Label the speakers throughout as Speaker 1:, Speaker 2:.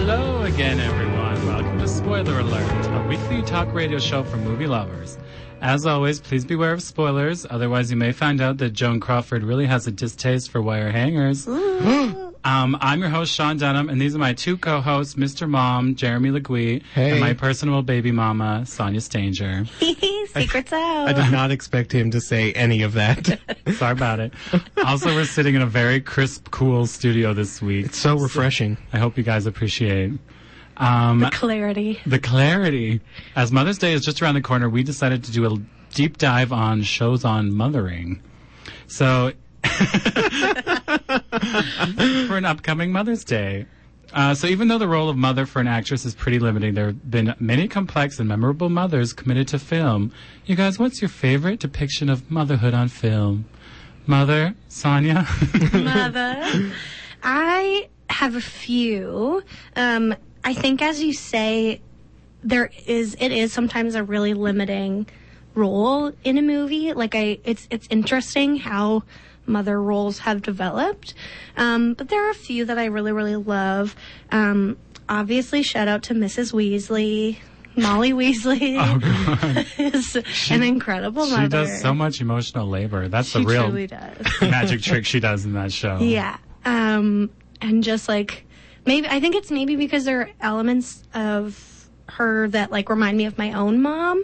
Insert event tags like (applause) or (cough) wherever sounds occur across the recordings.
Speaker 1: again, everyone. Welcome to Spoiler Alert, a weekly talk radio show for movie lovers. As always, please beware of spoilers, otherwise you may find out that Joan Crawford really has a distaste for wire hangers. (gasps) um, I'm your host, Sean Dunham, and these are my two co-hosts, Mr. Mom, Jeremy Legui,
Speaker 2: Hey.
Speaker 1: and my personal baby mama, Sonia Stanger.
Speaker 3: Secrets
Speaker 2: I
Speaker 3: out.
Speaker 2: did not expect him to say any of that.
Speaker 1: Sorry about it. also, we're sitting in a very crisp, cool studio this week.
Speaker 2: It's so refreshing.
Speaker 1: I hope you guys appreciate. Um,
Speaker 3: Clarity.
Speaker 1: the clarity. As Mother's Day is just around the corner, we decided to do a deep dive on shows on mothering. So, (laughs) for an upcoming Mother's Day. Uh, so even though the role of mother for an actress is pretty limiting, there have been many complex and memorable mothers committed to film. You guys, what's your favorite depiction of motherhood on film? Mother, Sonia, (laughs)
Speaker 3: Mother. I have a few. Um, I think as you say, there is, it is sometimes a really limiting role in a movie. Like I, it's, it's interesting how mother roles have developed. Um, but there are a few that I really, really love. Um, obviously shout out to Mrs. Weasley. Molly Weasley (laughs) is an incredible mother.
Speaker 1: Oh, she does so much emotional labor. That's
Speaker 3: She
Speaker 1: the real
Speaker 3: truly does.
Speaker 1: magic trick she does in that show.
Speaker 3: Yeah. Um, and just like maybe I think it's maybe because there are elements of her that like remind me of my own mom.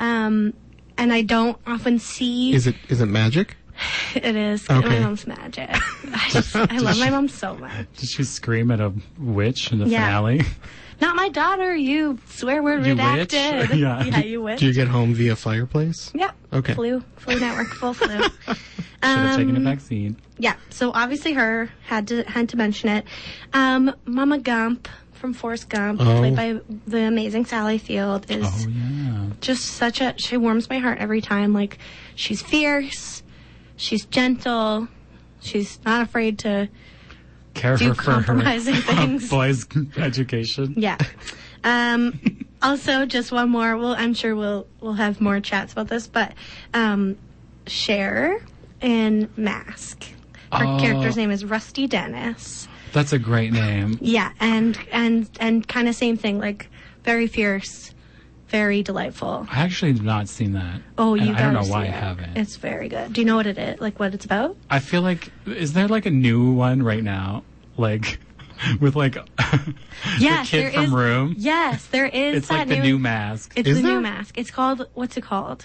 Speaker 3: Um, and I don't often see
Speaker 2: Is it is it magic?
Speaker 3: it is my
Speaker 2: Okay. (laughs)
Speaker 3: mom's magic. I just I love my mom so much.
Speaker 1: Did she scream at a witch in the
Speaker 3: Yeah.
Speaker 1: finale? (laughs)
Speaker 3: Not my daughter, you swear word
Speaker 1: You witch?
Speaker 3: redacted. (laughs)
Speaker 1: Yeah.
Speaker 3: you witch.
Speaker 2: Do (laughs) you get home via fireplace?
Speaker 3: yeah.
Speaker 2: Okay.
Speaker 3: Flu, flu network,
Speaker 2: (laughs)
Speaker 3: full flu. Should
Speaker 1: Should have taken a
Speaker 3: Um,
Speaker 1: vaccine.
Speaker 3: Yeah, so obviously her had to had to mention it. Um, Mama Gump from Forrest Gump,
Speaker 2: Oh.
Speaker 3: played by the amazing Sally Field, is
Speaker 1: Oh yeah.
Speaker 3: just such a she warms my heart every time. Like she's fierce, she's gentle, she's not afraid to
Speaker 1: Care
Speaker 3: do
Speaker 1: her for her (laughs)
Speaker 3: compromising things.
Speaker 1: boys' education. (laughs)
Speaker 3: Yeah. Um, also, just one more. Well, I'm sure we'll we'll have more chats about this, but um, Cher and Mask. Her
Speaker 1: Oh.
Speaker 3: character's name is Rusty Dennis.
Speaker 1: That's a great name.
Speaker 3: Yeah, and and and kind of same thing. Like very fierce, very delightful.
Speaker 1: I actually have not seen that.
Speaker 3: Oh,
Speaker 1: And
Speaker 3: you
Speaker 1: I don't
Speaker 3: gotta
Speaker 1: know why
Speaker 3: see
Speaker 1: I
Speaker 3: it.
Speaker 1: haven't.
Speaker 3: It's very good. Do you know what it is? Like what it's about?
Speaker 1: I feel like is there like a new one right now? Like (laughs) with like (laughs)
Speaker 3: Yes,
Speaker 1: the
Speaker 3: there
Speaker 1: kid from
Speaker 3: is-
Speaker 1: Room.
Speaker 3: Yes,
Speaker 1: (laughs)
Speaker 3: there is.
Speaker 1: It's like
Speaker 3: that
Speaker 1: the new mask.
Speaker 3: It's
Speaker 2: Is
Speaker 3: the
Speaker 2: there?
Speaker 3: new mask. It's called what's it called?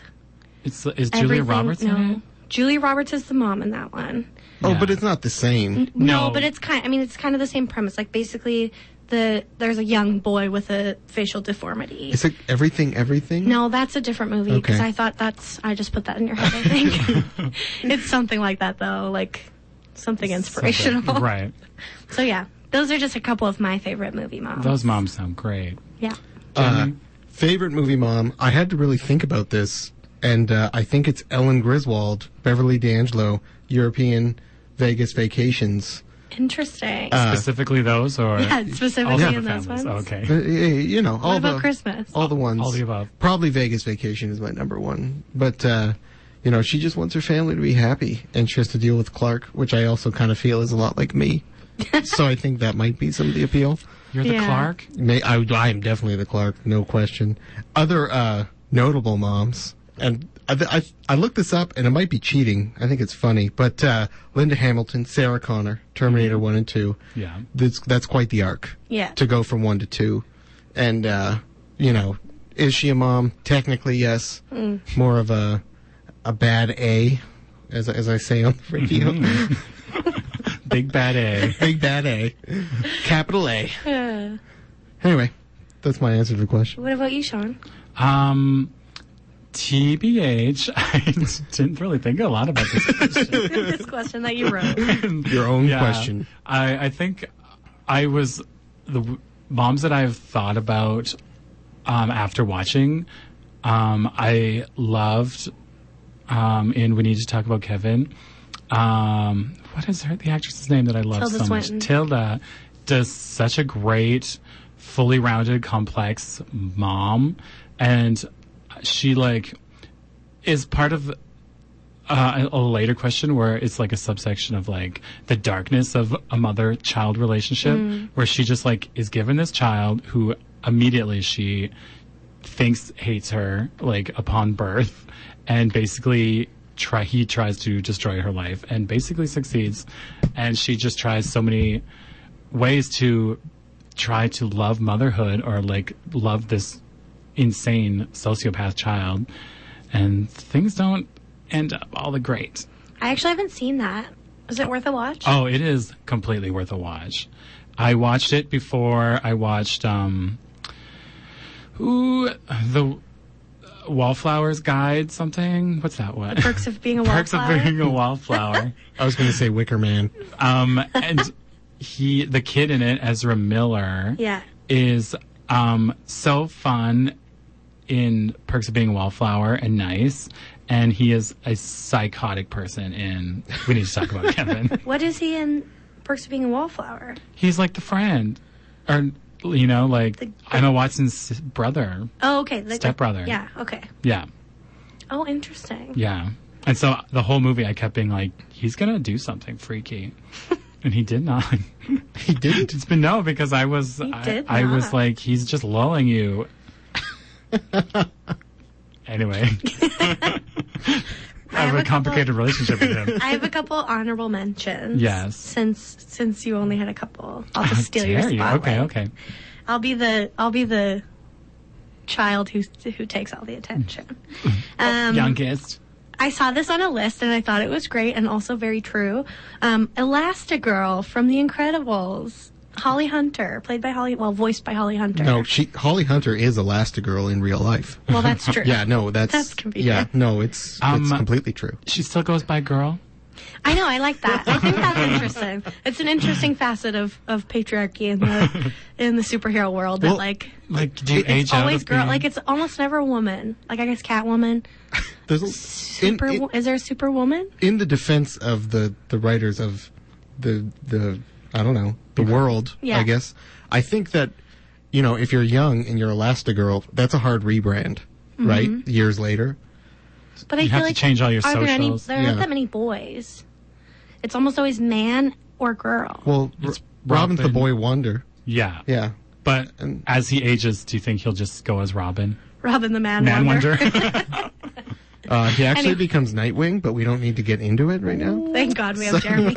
Speaker 1: It's is Julia
Speaker 3: Everything-
Speaker 1: Roberts
Speaker 3: No.
Speaker 1: in it?
Speaker 3: Julia Roberts is the mom in that one.
Speaker 2: Oh,
Speaker 1: Yeah.
Speaker 2: but it's not the same.
Speaker 1: No.
Speaker 3: No, but it's kind. I mean, it's kind of the same premise. Like basically, the there's a young boy with a facial deformity.
Speaker 2: Is it everything everything?
Speaker 3: no, that's a different movie because
Speaker 2: Okay.
Speaker 3: I thought that's. I just put that in your head. I
Speaker 1: (laughs)
Speaker 3: think it's something like that though, like something inspirational.
Speaker 1: Something. Right.
Speaker 3: So yeah, those are just a couple of my favorite movie moms.
Speaker 1: Those moms sound great.
Speaker 3: Yeah.
Speaker 2: Uh, favorite movie mom. I had to really think about this and uh, I think it's Ellen Griswold, Beverly D'Angelo, European Vegas Vacations.
Speaker 3: Interesting.
Speaker 1: Uh, Specifically those or
Speaker 3: (laughs) yeah,
Speaker 1: all
Speaker 3: specifically
Speaker 1: the
Speaker 3: in those
Speaker 1: families.
Speaker 3: ones.
Speaker 2: Uh,
Speaker 1: Okay.
Speaker 2: uh, you know, all
Speaker 3: about
Speaker 2: the
Speaker 3: Christmas?
Speaker 2: all the ones,
Speaker 1: All the above.
Speaker 2: Probably Vegas Vacation is my number one, but uh, you know, she just wants her family to be happy, and she has to deal with Clark, which I also kind of feel is a lot like
Speaker 3: (laughs)
Speaker 2: me. so I think that might be some of the appeal.
Speaker 1: You're the
Speaker 3: Yeah.
Speaker 1: Clark?
Speaker 2: May, I, I am definitely the Clark, no question. Other uh, notable moms, and I, I, I looked this up, and it might be cheating. I think it's funny, but uh, Linda Hamilton, Sarah Connor,
Speaker 3: Mm-hmm.
Speaker 2: Terminator One and Two.
Speaker 1: Yeah.
Speaker 2: that's that's quite the arc.
Speaker 3: Yeah.
Speaker 2: to go from one to two, and uh, you know, is she a mom? Technically, yes.
Speaker 3: Mm.
Speaker 2: More of a a bad A, as as I say on the
Speaker 1: (laughs)
Speaker 2: radio.
Speaker 1: Mm-hmm. Big bad A.
Speaker 2: Big bad A, capital A.
Speaker 3: Uh,
Speaker 2: Anyway, that's my answer to the question.
Speaker 3: what about you, Sean?
Speaker 1: Um, TBH, (laughs) I didn't really think a lot about this question.
Speaker 3: this question that
Speaker 1: (laughs)
Speaker 3: you wrote.
Speaker 2: Your own
Speaker 1: Yeah.
Speaker 2: question.
Speaker 1: I, I think I was the w- moms that I've thought about um, after watching. Um, I loved um, in We Need to Talk About Kevin. Um, what is her, the actress's name that I love
Speaker 3: Tilda
Speaker 1: so
Speaker 3: Swinton.
Speaker 1: much? Tilda does such a great, fully rounded, complex mom, and she like is part of uh, a later question where it's like a subsection of like the darkness of a mother child relationship
Speaker 3: Mm-hmm.
Speaker 1: where she just like is given this child who immediately she thinks hates her like upon birth and basically try he tries to destroy her life and basically succeeds and she just tries so many ways to try to love motherhood or like love this insane sociopath child and things don't end up all the great
Speaker 3: I actually haven't seen that. Is it worth a watch?
Speaker 1: oh it is completely worth a watch i watched it before i watched um ooh the wallflowers guide something what's that one
Speaker 3: Perks of Being a
Speaker 1: perks of
Speaker 3: Wallflower.
Speaker 1: being a
Speaker 3: (laughs)
Speaker 1: wallflower
Speaker 2: I was going to say Wicker Man.
Speaker 1: um and he the kid in it ezra miller
Speaker 3: yeah.
Speaker 1: is um, so fun in Perks of Being a Wallflower and Nice, and he is a psychotic person in We Need to Talk About
Speaker 3: (laughs)
Speaker 1: Kevin.
Speaker 3: What is he in Perks of Being a Wallflower?
Speaker 1: He's like the friend, or you know, like Emma Watson's s- brother.
Speaker 3: Oh, okay. Like,
Speaker 1: Stepbrother.
Speaker 3: Yeah, okay.
Speaker 1: Yeah,
Speaker 3: Oh, interesting.
Speaker 1: yeah. And so the whole movie, I kept being like, he's gonna do something freaky,
Speaker 3: (laughs)
Speaker 1: and he did not. (laughs)
Speaker 2: He didn't.
Speaker 1: it's been no because I was, I,
Speaker 3: did
Speaker 1: I was
Speaker 3: not.
Speaker 1: like, he's just lulling you.
Speaker 3: (laughs)
Speaker 1: anyway. (laughs) I have a complicated
Speaker 3: Couple,
Speaker 1: relationship with him.
Speaker 3: (laughs) I have a couple honorable mentions.
Speaker 1: Yes.
Speaker 3: Since since you only had a couple, I'll just steal
Speaker 1: (laughs)
Speaker 3: your
Speaker 1: Dare you?
Speaker 3: spotlight. Mm-hmm.
Speaker 1: Okay, okay.
Speaker 3: I'll be the I'll be the child who who takes all the attention.
Speaker 1: (laughs)
Speaker 3: Um,
Speaker 1: Youngest.
Speaker 3: I saw this on a list and I thought it was great and also very true. Um, Elastigirl from The Incredibles. Holly Hunter, played by Holly, well, voiced by Holly
Speaker 2: (laughs)
Speaker 3: Hunter.
Speaker 2: No, she Holly Hunter is Elastigirl in real life.
Speaker 1: (laughs)
Speaker 3: Well, that's true.
Speaker 2: Yeah, no, that's
Speaker 3: That's convenient.
Speaker 2: yeah, no, it's
Speaker 1: Um,
Speaker 2: it's completely true.
Speaker 1: She still goes by girl.
Speaker 3: I know. I like that. I
Speaker 1: (laughs)
Speaker 3: think that's interesting. It's an interesting facet of, of patriarchy in the in the superhero world. That
Speaker 2: Well,
Speaker 3: like
Speaker 1: Like, do you
Speaker 2: It's
Speaker 1: age out?
Speaker 3: always
Speaker 1: of
Speaker 3: girl.
Speaker 1: being-
Speaker 3: Like it's almost never woman. Like I guess Catwoman.
Speaker 2: There's a, in,
Speaker 3: Super.
Speaker 2: in,
Speaker 3: is there a Superwoman?
Speaker 2: in the defense of the the writers of the the I don't know the world.
Speaker 3: Yeah.
Speaker 2: I guess I think that you know if you're young and you're Elastigirl, that's a hard rebrand,
Speaker 3: Mm-hmm.
Speaker 2: right? Years later,
Speaker 3: But I
Speaker 1: You
Speaker 3: feel
Speaker 1: have to
Speaker 3: like
Speaker 1: change all your
Speaker 3: are there any?
Speaker 1: socials.
Speaker 3: There aren't
Speaker 2: Yeah.
Speaker 3: that many boys. It's almost always man or girl.
Speaker 2: well, R-
Speaker 1: It's
Speaker 2: Robin's the
Speaker 1: Robin.
Speaker 2: boy wonder.
Speaker 1: yeah.
Speaker 2: Yeah,
Speaker 1: But
Speaker 2: And-
Speaker 1: as he ages, do you think he'll just go as Robin?
Speaker 3: Robin the Man,
Speaker 1: Man
Speaker 3: (laughs)
Speaker 1: Wonder?
Speaker 2: uh, he actually
Speaker 3: Any-
Speaker 2: becomes Nightwing, but we don't need to get into it right now.
Speaker 3: Thank God we have
Speaker 1: (laughs)
Speaker 3: Jeremy.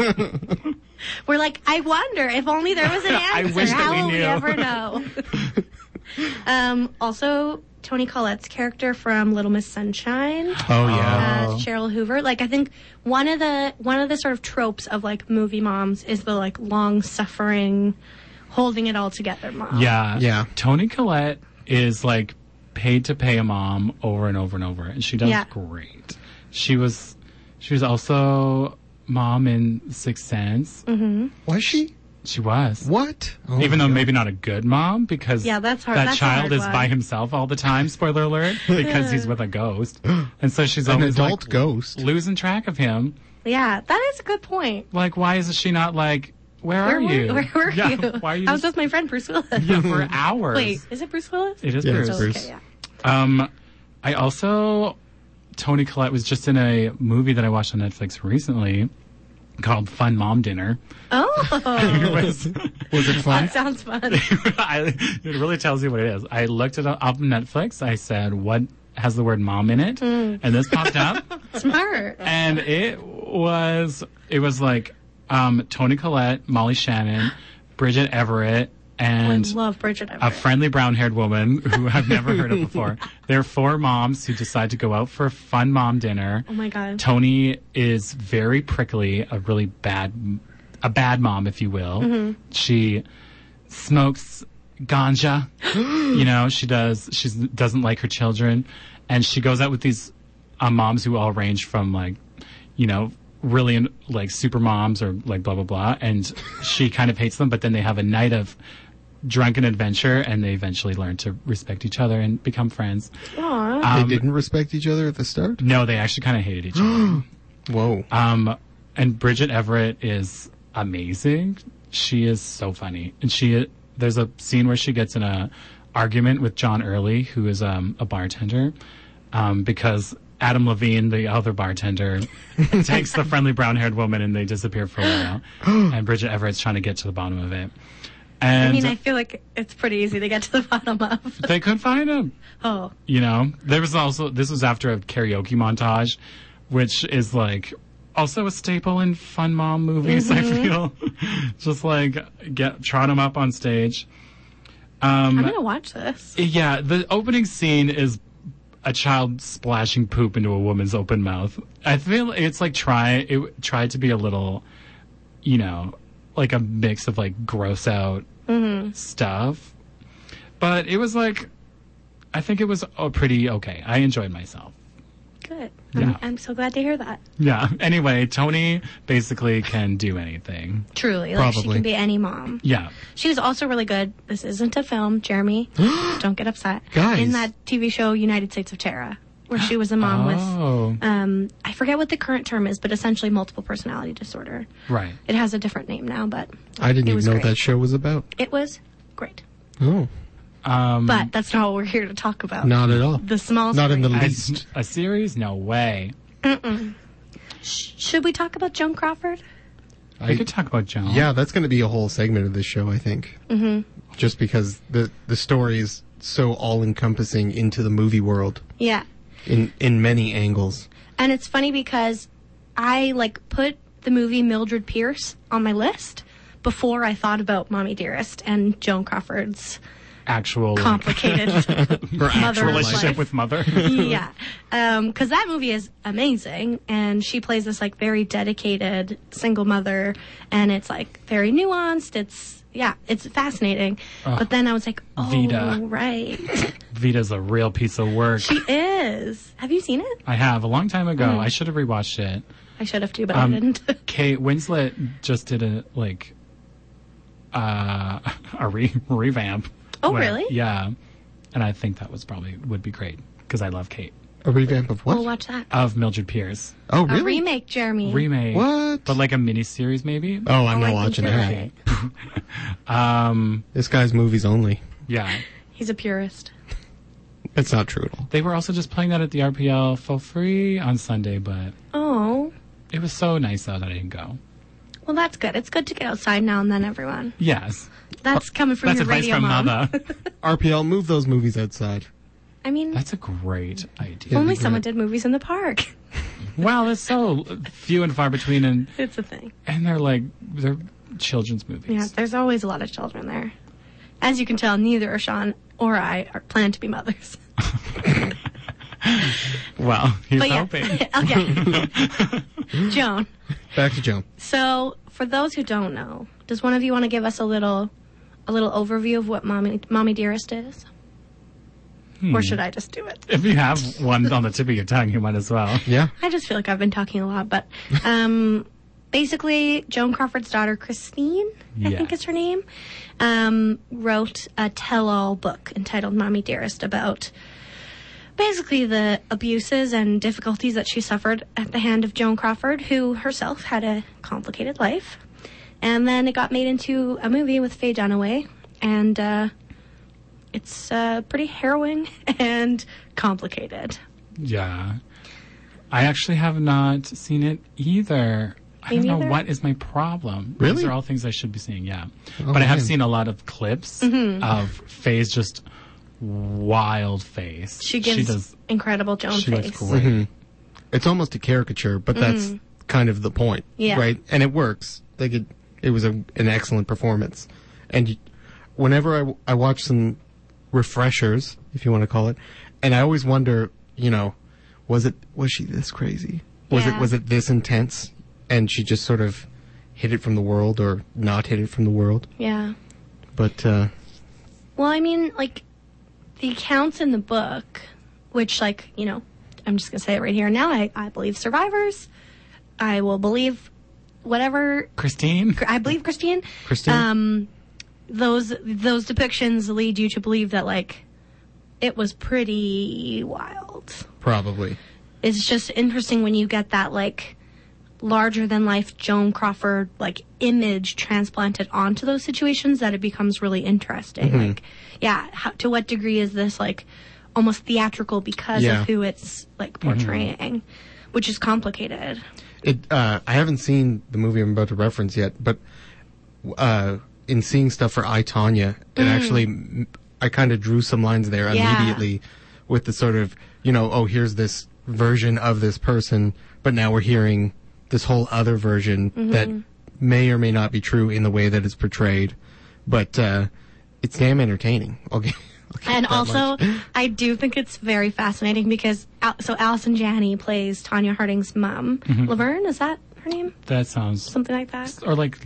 Speaker 3: We're like, I wonder if only there was
Speaker 1: (laughs)
Speaker 3: an
Speaker 1: I
Speaker 3: answer.
Speaker 1: wish that
Speaker 3: How
Speaker 1: we
Speaker 3: will we
Speaker 1: knew. (laughs)
Speaker 3: ever know? um, also, Tony Collette's character from Little Miss Sunshine,
Speaker 2: Oh yeah,
Speaker 3: uh, Cheryl Hoover. Like, I think one of the one of the sort of tropes of like movie moms is the like long suffering, holding it all together mom.
Speaker 1: yeah.
Speaker 2: Yeah.
Speaker 1: Tony Collette is like paid to pay a mom over and over and over, and she does
Speaker 3: Yeah.
Speaker 1: great. She was, she was also mom in Sixth Sense.
Speaker 3: Mm.
Speaker 2: was she?
Speaker 1: She was.
Speaker 2: What? Oh,
Speaker 1: even
Speaker 2: my
Speaker 1: though
Speaker 2: God.
Speaker 1: maybe not a good mom because
Speaker 3: Yeah, that's hard-
Speaker 1: that
Speaker 3: that's a
Speaker 1: child
Speaker 3: hard
Speaker 1: is
Speaker 3: one.
Speaker 1: by himself all the time spoiler
Speaker 3: (laughs)
Speaker 1: alert because he's with a
Speaker 2: (gasps)
Speaker 1: ghost and so she's
Speaker 2: an
Speaker 1: always
Speaker 2: adult
Speaker 1: like,
Speaker 2: ghost.
Speaker 1: losing track of him
Speaker 3: yeah, that is a good point.
Speaker 1: like why is she not like where,
Speaker 3: Where
Speaker 1: are
Speaker 3: were
Speaker 1: you
Speaker 3: (laughs) Where were
Speaker 1: yeah,
Speaker 3: you?
Speaker 1: why are you
Speaker 3: I was
Speaker 1: just
Speaker 3: with my friend Bruce Willis.
Speaker 1: yeah, (laughs) for hours
Speaker 3: Wait, is it Bruce Willis? Oh,
Speaker 1: it is
Speaker 2: Yeah,
Speaker 1: Bruce.
Speaker 2: it's Bruce.
Speaker 3: Okay, yeah.
Speaker 1: um i also tony collette was just in a movie that i watched on netflix recently called fun mom dinner (laughs)
Speaker 3: Oh,
Speaker 1: It was-
Speaker 2: (laughs)
Speaker 1: (laughs)
Speaker 2: Was it fun?
Speaker 3: that sounds fun. (laughs)
Speaker 1: I, it really tells you what it is. I looked it up up on Netflix. I said, "What has the word mom in it?"
Speaker 2: Mm.
Speaker 1: And this popped
Speaker 2: (laughs)
Speaker 1: up,
Speaker 3: Smart.
Speaker 1: and it was it was like um, Tony Collette, Molly Shannon, Bridget Everett,
Speaker 3: I
Speaker 1: and
Speaker 3: love Bridget Everett.
Speaker 1: a friendly brown-haired woman who I've never heard of
Speaker 3: (laughs)
Speaker 1: before. There are four moms who decide to go out for a fun mom dinner.
Speaker 3: oh my god.
Speaker 1: Tony is very prickly, a really bad, a bad mom, if you will. She smokes ganja. you know, she does. She doesn't like her children, and she goes out with these uh, moms who all range from like, you know, really in, like super moms or like blah blah blah. And she kind of hates them, but then they have a night of drunken adventure, and they eventually learn to respect each other and become friends.
Speaker 3: Aw.
Speaker 2: they
Speaker 1: Um,
Speaker 2: didn't respect each other at the start.
Speaker 1: No, they actually kind of hated each other.
Speaker 2: Whoa.
Speaker 1: Um, and Bridget Everett is amazing. She is so funny, and she there's a scene where she gets in a argument with John Early, who is um, a bartender, um, because Adam Levine, the other bartender, (laughs) takes the friendly brown haired woman and they disappear for a while. and Bridget Everett's trying to get to the bottom of it. And
Speaker 3: I mean, I feel like it's pretty easy to get to the (laughs) bottom of.
Speaker 1: they couldn't find him.
Speaker 3: Oh,
Speaker 1: You know, there was also this was after a karaoke montage, which is like also a staple in fun mom movies. I feel (laughs) just like get trot him up on stage. Um, Mm.
Speaker 3: I'm gonna watch this.
Speaker 1: Yeah, the opening scene is a child splashing poop into a woman's open mouth. I feel it's like try it tried to be a little, you know, like a mix of like gross out stuff, but it was like, I think it was uh, pretty okay. I enjoyed myself.
Speaker 3: Good.
Speaker 1: Yeah.
Speaker 3: I'm, I'm so glad to hear that.
Speaker 1: Yeah. Anyway, Tony basically can do anything.
Speaker 3: Truly, like she
Speaker 2: Probably.
Speaker 3: can be any mom.
Speaker 1: Yeah.
Speaker 3: She was also really good. This isn't a film, Jeremy.
Speaker 1: (gasps)
Speaker 3: don't get upset.
Speaker 2: Guys.
Speaker 3: in that TV show United States of Terra, where she was a mom with
Speaker 1: Oh,
Speaker 3: um, I forget what the current term is, but essentially multiple personality disorder.
Speaker 1: right.
Speaker 3: It has a different name now, but
Speaker 2: I didn't
Speaker 3: it
Speaker 2: even
Speaker 3: was
Speaker 2: know
Speaker 3: great.
Speaker 2: what that show was about.
Speaker 3: it was great.
Speaker 2: Oh,
Speaker 1: Um,
Speaker 3: But that's not what we're here to talk about.
Speaker 2: not at all.
Speaker 3: The small
Speaker 2: not in the
Speaker 3: screen.
Speaker 1: a-
Speaker 2: least.
Speaker 1: a series? No way.
Speaker 3: Should we talk about Joan Crawford?
Speaker 1: We could talk about Joan.
Speaker 2: Yeah, that's going to be a whole segment of this show, I think. Mm-hmm. Just because the the story is so all encompassing into the movie world
Speaker 3: Yeah.
Speaker 2: in in many angles.
Speaker 3: And it's funny because I like put the movie Mildred Pierce on my list before I thought about Mommy Dearest and Joan Crawford's
Speaker 1: Actual like,
Speaker 2: (laughs)
Speaker 3: complicated
Speaker 2: Her actual
Speaker 3: Relationship.
Speaker 2: life.
Speaker 1: relationship with mother.
Speaker 3: yeah, because that movie is amazing, and she plays this like very dedicated single mother, and it's like very nuanced. It's yeah, it's fascinating.
Speaker 2: Ah,
Speaker 3: but then I was like, oh,
Speaker 1: Vida.
Speaker 3: right,
Speaker 1: (laughs) Vita's a real piece of work.
Speaker 3: she is. Have you seen it?
Speaker 1: I have a long time ago. I should have rewatched it.
Speaker 3: I should have too, but
Speaker 2: Um,
Speaker 3: I didn't. (laughs)
Speaker 1: Kate Winslet just did a like uh, (laughs) a re- revamp.
Speaker 3: Oh, really?
Speaker 1: Yeah, and I think that was probably would be great because I love Kate
Speaker 2: A revamp of what?
Speaker 3: we'll watch that.
Speaker 1: of Mildred Pierce
Speaker 2: oh,
Speaker 3: Oh, A
Speaker 2: really?
Speaker 3: remake, Jeremy.
Speaker 1: Uh, remake.
Speaker 2: What?
Speaker 1: But like a miniseries, maybe.
Speaker 2: oh, I'm
Speaker 3: Oh, I
Speaker 2: not
Speaker 3: think
Speaker 2: watching
Speaker 3: you're
Speaker 2: that.
Speaker 3: right.
Speaker 1: Um,
Speaker 2: This guy's movies only.
Speaker 1: yeah.
Speaker 3: He's a purist.
Speaker 2: That's not true at all.
Speaker 1: They were also just playing that at the RPL for free on Sunday, but
Speaker 3: Oh,
Speaker 1: it was so nice though that I didn't go.
Speaker 3: well, that's good. It's good to get outside now and then, everyone.
Speaker 1: Yes,
Speaker 3: That's coming from
Speaker 1: Oh, that's
Speaker 3: your
Speaker 1: advice
Speaker 3: radio
Speaker 1: from (laughs)
Speaker 3: mom.
Speaker 1: mother.
Speaker 2: RPL, move those movies outside.
Speaker 3: (laughs) I mean,
Speaker 1: That's a great idea.
Speaker 2: Yeah.
Speaker 3: only
Speaker 2: great.
Speaker 3: someone did movies in the park. (laughs)
Speaker 1: Wow, it's so few and far between, and
Speaker 3: it's a thing.
Speaker 1: and they're like they're children's movies.
Speaker 3: Yeah, there's always a lot of children there. As you can tell, neither Sean or I are plan to be mothers.
Speaker 1: Well, here's
Speaker 3: But yeah,
Speaker 1: hoping.
Speaker 3: (laughs)
Speaker 1: (laughs)
Speaker 3: okay. (laughs) Joan.
Speaker 2: Back to Joan.
Speaker 3: So, for those who don't know, does one of you want to give us a little, a little overview of what mommy, mommy dearest is, or should I just do it?
Speaker 1: If you have one on the tip of your tongue, you might as well.
Speaker 2: Yeah.
Speaker 3: I just feel like I've been talking a lot, but um, (laughs) basically, Joan Crawford's daughter, Christine, I think
Speaker 1: Yeah.
Speaker 3: is her name, um, wrote a tell all book entitled Mommy Dearest about basically the abuses and difficulties that she suffered at the hand of Joan Crawford, who herself had a complicated life. And then it got made into a movie with Faye Dunaway, and uh, it's uh, pretty harrowing (laughs) and complicated.
Speaker 1: Yeah, I actually have not seen it either. I
Speaker 3: Me
Speaker 1: don't know
Speaker 3: neither.
Speaker 1: what is my problem.
Speaker 2: Really? Oh,
Speaker 1: These are all things I should be seeing. Yeah, but I have
Speaker 2: man.
Speaker 1: seen a lot of clips
Speaker 3: Mm-hmm.
Speaker 1: of Faye's just wild face.
Speaker 3: She gives
Speaker 1: She does.
Speaker 3: incredible Joan
Speaker 1: She
Speaker 3: face.
Speaker 1: looks great.
Speaker 2: Mm-hmm. It's almost a caricature, but that's kind of the point.
Speaker 3: Mm. Yeah.
Speaker 2: Right? And it works. Like it, it was a, an excellent performance. And you, whenever I, I watch some refreshers, if you want to call it, and I always wonder, you know, was it, was she this crazy? Was
Speaker 3: Yeah.
Speaker 2: it, was it this intense? And she just sort of hid it from the world or not hid it from the world.
Speaker 3: Yeah.
Speaker 2: But, uh,
Speaker 3: Well, I mean, like the accounts in the book, which, like, you know, I'm just gonna say it right here and now. I, I believe survivors. I will believe whatever.
Speaker 1: Christine.
Speaker 3: I believe Christine.
Speaker 2: Christine?
Speaker 3: Um, those those depictions lead you to believe that like it was pretty wild.
Speaker 2: probably.
Speaker 3: it's just interesting when you get that like larger than life Joan Crawford like image transplanted onto those situations that it becomes really interesting. Like, yeah, how, to what degree is this like almost theatrical because
Speaker 2: Yeah.
Speaker 3: of who it's like portraying, which is complicated.
Speaker 2: It. Uh, I haven't seen the movie I'm about to reference yet, but uh, in seeing stuff for I Tanya, it actually I kind of drew some lines there
Speaker 3: Mm. Yeah.
Speaker 2: immediately with the sort of you know oh here's this version of this person, but now we're hearing this whole other version
Speaker 3: Mm-hmm.
Speaker 2: that may or may not be true in the way that it's portrayed, but uh, it's damn entertaining. (laughs) Okay.
Speaker 3: And also, I do think it's very fascinating because Al- so Allison Janney plays Tanya Harding's mom. Laverne is that her name?
Speaker 1: That sounds
Speaker 3: Something like that.
Speaker 1: or like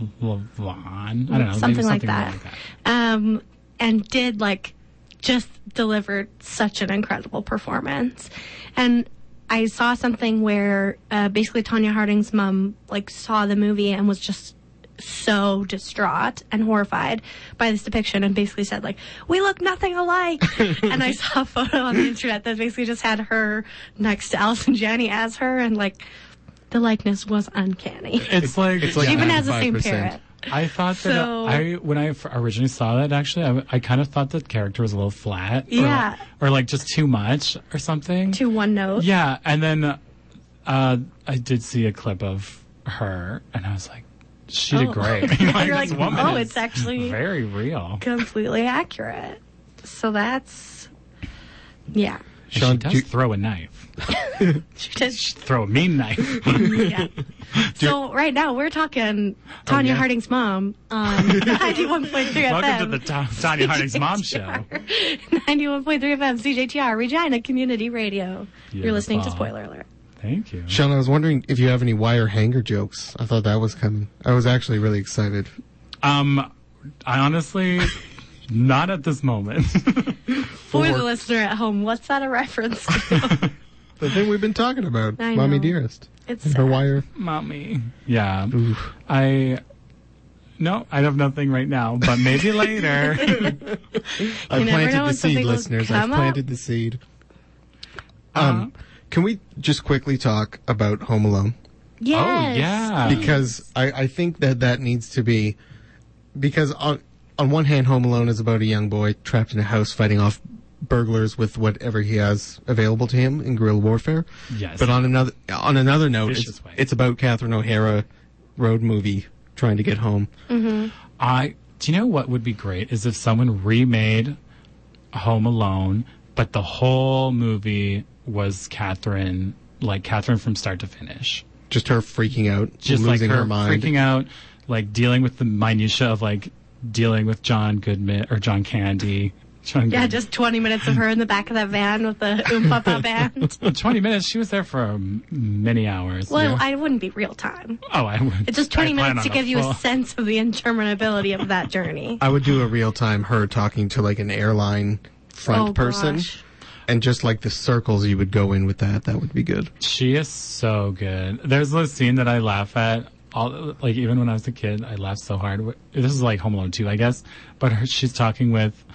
Speaker 1: Levon. I don't know, maybe
Speaker 3: something like
Speaker 1: something
Speaker 3: that.
Speaker 1: like that.
Speaker 3: Um, and did like just delivered such an incredible performance. And I saw something where uh, basically Tanya Harding's mom like saw the movie and was just so distraught and horrified by this depiction and basically said like we look nothing
Speaker 1: (laughs)
Speaker 3: alike and i saw a photo on the internet that basically just had her next to Alison Janney as her and like the likeness was uncanny
Speaker 1: It's like it's like
Speaker 3: even has the same
Speaker 2: 95%.
Speaker 3: parent
Speaker 1: I thought that uh,
Speaker 3: So-
Speaker 1: I when I f- originally saw that actually I, I kind of thought the character was a little flat or-
Speaker 3: Yeah.
Speaker 1: or, like just too much or something
Speaker 3: to one note
Speaker 1: yeah and then uh, I did see a clip of her and I was like she did
Speaker 3: Oh. (laughs)
Speaker 1: great (laughs)
Speaker 3: You're
Speaker 1: this
Speaker 3: like,
Speaker 1: woman
Speaker 3: oh,
Speaker 1: is
Speaker 3: it's actually
Speaker 1: very real
Speaker 3: completely accurate. So that's yeah.
Speaker 1: And
Speaker 2: Sean,
Speaker 1: she does
Speaker 2: do you-
Speaker 1: throw a knife
Speaker 3: She
Speaker 1: (laughs)
Speaker 3: does-
Speaker 1: throw a mean knife
Speaker 3: (laughs) yeah. So right now we're talking Tanya
Speaker 2: yeah?
Speaker 3: Harding's mom
Speaker 1: (laughs)
Speaker 3: on 91.3
Speaker 1: welcome
Speaker 3: FM.
Speaker 1: to the Ta-
Speaker 3: (laughs)
Speaker 1: Tanya Harding's mom show
Speaker 3: 91.3 FM CJTR Regina Community Radio. You're listening to
Speaker 1: Beautiful.
Speaker 3: Spoiler Alert.
Speaker 1: thank you
Speaker 2: Sean, I was wondering if you have any wire hanger jokes. I thought that was coming. I was actually really excited.
Speaker 1: um I honestly not at this moment (laughs)
Speaker 3: For
Speaker 2: Or-
Speaker 3: the listener at home, what's that a reference
Speaker 1: (laughs)
Speaker 3: to?
Speaker 2: The thing we've been talking about,
Speaker 3: I
Speaker 2: Mommy
Speaker 3: know.
Speaker 2: Dearest.
Speaker 3: It's
Speaker 2: And her
Speaker 3: sad. (laughs)
Speaker 2: wire.
Speaker 1: mommy. Yeah. I. No, I have nothing right now, but
Speaker 3: (laughs)
Speaker 1: maybe later.
Speaker 2: I
Speaker 3: never know
Speaker 2: planted the
Speaker 3: when something
Speaker 2: seed,
Speaker 3: will
Speaker 2: listeners. I
Speaker 3: come up. Uh-huh.
Speaker 2: planted the seed. Um, can we just quickly talk about Home Alone?
Speaker 3: Yes.
Speaker 1: Oh, yeah.
Speaker 2: Because I, I think that that needs to be, because on, on one hand, Home Alone is about a young boy trapped in a house fighting off burglars with whatever he has available to him in guerrilla warfare.
Speaker 1: Yes.
Speaker 2: But on another on another note,
Speaker 1: Vicious
Speaker 2: it's,
Speaker 1: way.
Speaker 2: it's about Catherine O'Hara road movie trying to get home.
Speaker 1: I. Do you know what would be great is if someone remade Home Alone, but the whole movie was Catherine, like Catherine from start to finish,
Speaker 2: Just her freaking out,
Speaker 1: just
Speaker 2: losing
Speaker 1: like her,
Speaker 2: mind.
Speaker 1: freaking out, like dealing with the minutia of like dealing with John Goodman or John Candy. John
Speaker 3: Yeah,
Speaker 1: Goodman.
Speaker 3: just 20 minutes of her in the back of that van with the
Speaker 1: (laughs)
Speaker 3: Oom Papa band.
Speaker 1: 20 minutes. She was there for um, many hours.
Speaker 3: Well, I wouldn't be real time.
Speaker 1: (laughs) oh, I would.
Speaker 3: It's just
Speaker 1: I
Speaker 3: 20
Speaker 1: plan
Speaker 3: minutes to
Speaker 1: on
Speaker 3: give you a
Speaker 1: full-
Speaker 3: sense of the interminability of
Speaker 1: (laughs)
Speaker 3: that journey.
Speaker 2: I would do a real time her talking to like an airline front
Speaker 3: Oh,
Speaker 2: person,
Speaker 3: gosh.
Speaker 2: and just like the circles you would go in with that. That would be good.
Speaker 1: She is so good. There's this scene that I laugh at. All like even when I was a kid, I laughed so hard. Wh- This is like Home Alone 2, I guess. But her, she's talking with,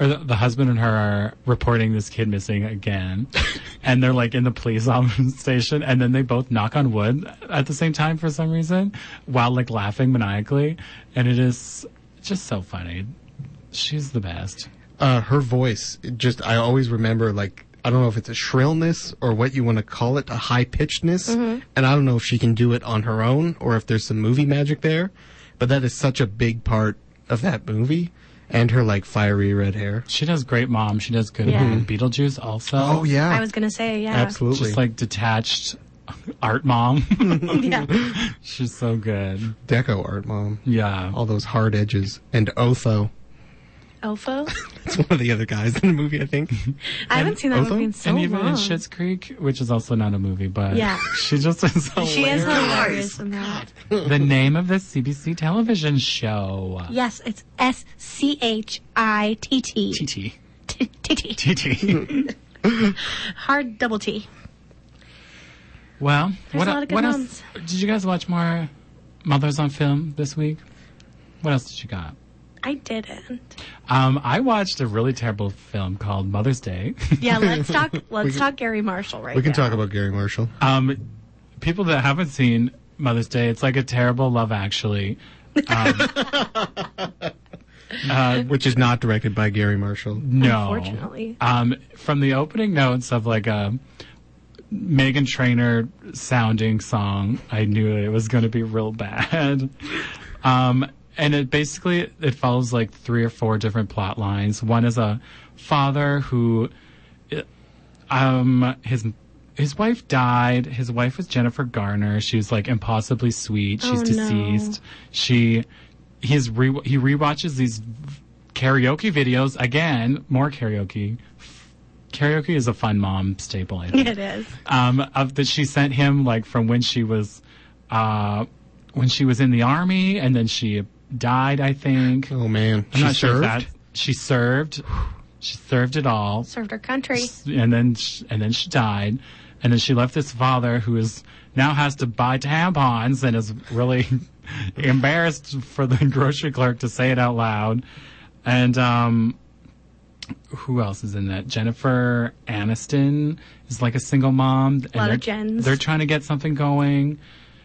Speaker 1: or the, the husband and her are reporting this kid missing again,
Speaker 3: (laughs)
Speaker 1: and they're like in the police (laughs) officer station, and then they both knock on wood at the same time for some reason, while like laughing maniacally, and it is just so funny. She's the best.
Speaker 2: Uh, her voice, it just I always remember like. I don't know if it's a shrillness or what you want to call it, a high pitchedness.
Speaker 3: Mm-hmm.
Speaker 2: And I don't know if she can do it on her own or if there's some movie magic there. But that is such a big part of that movie and her like fiery red hair.
Speaker 1: She does great, mom. She does good.
Speaker 3: Yeah.
Speaker 1: in Beetlejuice also.
Speaker 2: Oh yeah,
Speaker 3: I was going to say, yeah.
Speaker 2: absolutely.
Speaker 1: Just like detached art mom. (laughs)
Speaker 3: Yeah.
Speaker 1: She's so good.
Speaker 2: deco art, mom.
Speaker 1: Yeah.
Speaker 2: All those hard edges and Otho.
Speaker 3: Elfo?
Speaker 2: It's one of the other guys in the movie,
Speaker 1: (laughs)
Speaker 2: I think.
Speaker 3: I haven't seen that
Speaker 2: Otho?
Speaker 3: movie in so
Speaker 1: and even
Speaker 3: long.
Speaker 1: in Schitt's Creek, which is also not a movie, but
Speaker 3: Oh, Yeah.
Speaker 1: (laughs) she just is hilarious.
Speaker 3: she is hilarious in that. (laughs)
Speaker 1: the name of this CBC television show.
Speaker 3: Yes, it's S C H I T T.
Speaker 1: TT.
Speaker 3: T T.
Speaker 2: (laughs)
Speaker 1: TT.
Speaker 3: Hard double T.
Speaker 1: Well, what,
Speaker 3: a lot of good
Speaker 1: what
Speaker 3: ones.
Speaker 1: else? Did you guys watch more Mothers on Film this week? What else did you got?
Speaker 3: I didn't.
Speaker 1: Um, I watched a really terrible film called Mother's Day. (laughs)
Speaker 3: Yeah, let's talk. Let's talk Gary Marshall right
Speaker 2: We can
Speaker 3: now.
Speaker 2: talk about Gary Marshall.
Speaker 1: Um, people that haven't seen Mother's Day, it's like a terrible Love Actually. Um, Uh,
Speaker 2: which is not directed by Gary Marshall.
Speaker 1: No.
Speaker 3: Unfortunately.
Speaker 1: Um, from the opening notes of like a Megan Trainor sounding song, I knew it was going to be real bad. (laughs) Um, and it basically it follows like three or four different plot lines. One is a father who, uh, um, his his wife died. His wife was Jennifer Garner. She was like impossibly sweet. She's
Speaker 3: Oh, no.
Speaker 1: deceased. She he's re- he rewatches these karaoke videos again. More karaoke. Karaoke is a fun mom staple, I think
Speaker 3: It is.
Speaker 1: um, of that she sent him like from when she was uh, when she was in the army and then she died i think
Speaker 2: Oh man,
Speaker 1: i'm
Speaker 2: she
Speaker 1: not sure if
Speaker 2: served.
Speaker 1: that she served she served it all
Speaker 3: Served our country.
Speaker 1: and then sh and then she died and then she left this father who is now has to buy tampons and is really (laughs) embarrassed for the (laughs) grocery clerk to say it out loud and um who else is in that? Jennifer Aniston is like a single mom. And
Speaker 3: Lot of
Speaker 1: they're,
Speaker 3: Jens.
Speaker 1: They're trying to get something going,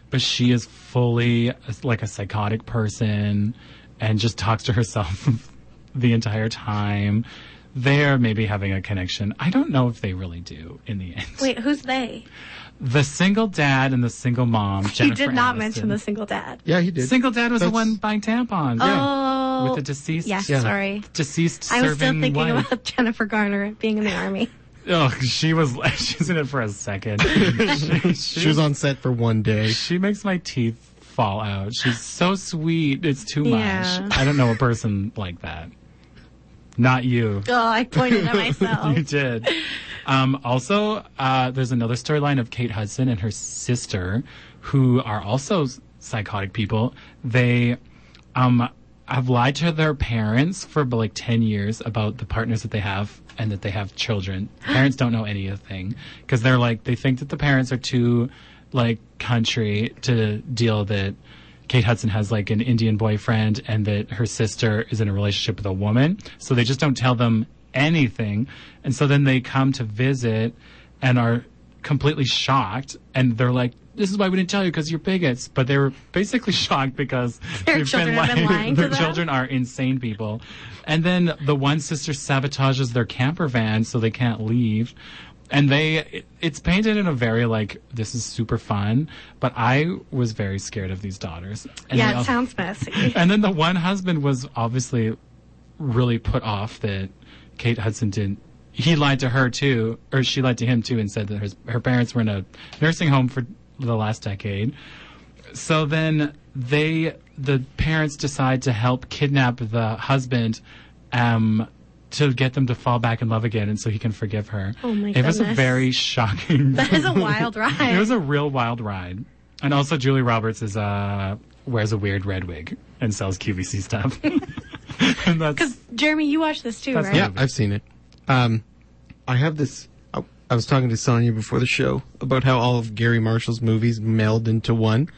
Speaker 1: but she is fully uh, like a psychotic person and just talks to herself (laughs) the entire time. They're maybe having a connection. I don't know if they really do in the end. (laughs)
Speaker 3: Wait, who's they?
Speaker 1: The single dad and the single mom.
Speaker 3: He
Speaker 1: Jennifer
Speaker 3: did not
Speaker 1: Aniston.
Speaker 3: mention the single dad.
Speaker 2: yeah, he did.
Speaker 1: Single dad was the
Speaker 2: That's-
Speaker 1: one buying tampons.
Speaker 3: Oh.
Speaker 1: With the deceased.
Speaker 3: Yes,
Speaker 2: Yeah.
Speaker 3: sorry.
Speaker 1: Deceased
Speaker 3: I
Speaker 1: serving
Speaker 3: was still thinking
Speaker 1: wife.
Speaker 3: about (laughs) Jennifer Garner being in the army.
Speaker 1: Oh, she was. (laughs) She's in it for a second. she,
Speaker 2: (laughs) She was on set for one day.
Speaker 1: She makes my teeth fall out. She's so sweet. It's too
Speaker 3: Yeah.
Speaker 1: much. I don't know a person like that. Not you.
Speaker 3: (laughs) Oh, I pointed at
Speaker 1: (laughs)
Speaker 3: myself.
Speaker 1: You did. Um, also, uh, there's another storyline of Kate Hudson and her sister, who are also s- psychotic people. They um, have lied to their parents for like 10 years about the partners that they have and that they have children. Parents don't know anything because they're like, they think that the parents are too like country to deal that Kate Hudson has like an Indian boyfriend and that her sister is in a relationship with a woman. So they just don't tell them anything. And so then they come to visit and are completely shocked and they're like, this is why we didn't tell you because you're bigots. But they were basically (laughs) shocked because
Speaker 3: Their
Speaker 1: they've
Speaker 3: children have been lying to
Speaker 1: their
Speaker 3: them?
Speaker 1: children are insane people. And then the one sister sabotages their camper van so they can't leave. And they, it- it's painted in a very like, this is super fun, but I was very scared of these daughters. And they
Speaker 3: Yeah,
Speaker 1: all-
Speaker 3: it sounds
Speaker 1: (laughs)
Speaker 3: messy.
Speaker 1: and then the one husband was obviously really put off that Kate Hudson didn't. He lied to her too, or she lied to him too, and said that her, her parents were in a nursing home for the last decade. So then they, the parents decide to help kidnap the husband, um, to get them to fall back in love again, and so he can forgive her.
Speaker 3: Oh my
Speaker 1: it was a
Speaker 3: goodness.
Speaker 1: very shocking.
Speaker 3: That is a wild
Speaker 1: It
Speaker 3: ride.
Speaker 1: was a real wild ride. And also Julie Roberts is uh wears a weird red wig and sells QVC stuff. (laughs) and that's
Speaker 3: Jeremy, you watched this too,
Speaker 1: That's-
Speaker 3: right?
Speaker 2: Yeah, I've seen it. Um, I have this. I, I was talking to Sonia before the show about how all of Gary Marshall's movies meld into one,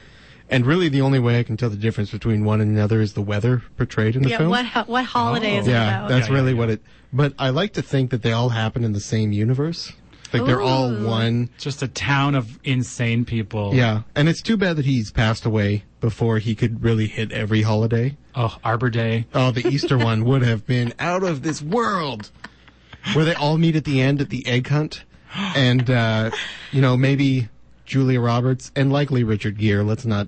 Speaker 2: and really the only way I can tell the difference between one and another is the weather portrayed in the
Speaker 3: Yeah,
Speaker 2: film. Oh.
Speaker 3: what ho- what holiday is it
Speaker 2: yeah,
Speaker 3: about?
Speaker 2: that's
Speaker 1: Yeah, yeah,
Speaker 2: really
Speaker 1: yeah.
Speaker 2: what it. But I like to think that they all happen in the same universe. Like they're all
Speaker 3: Ooh.
Speaker 2: one.
Speaker 1: just a town of insane people.
Speaker 2: Yeah, and it's too bad that he's passed away before he could really hit every holiday.
Speaker 1: Oh, Arbor Day.
Speaker 2: Oh, the Easter one would have been out of this world. Where they all meet at the end at the egg hunt. And, uh, you know, maybe Julia Roberts and likely Richard Gere. Let's not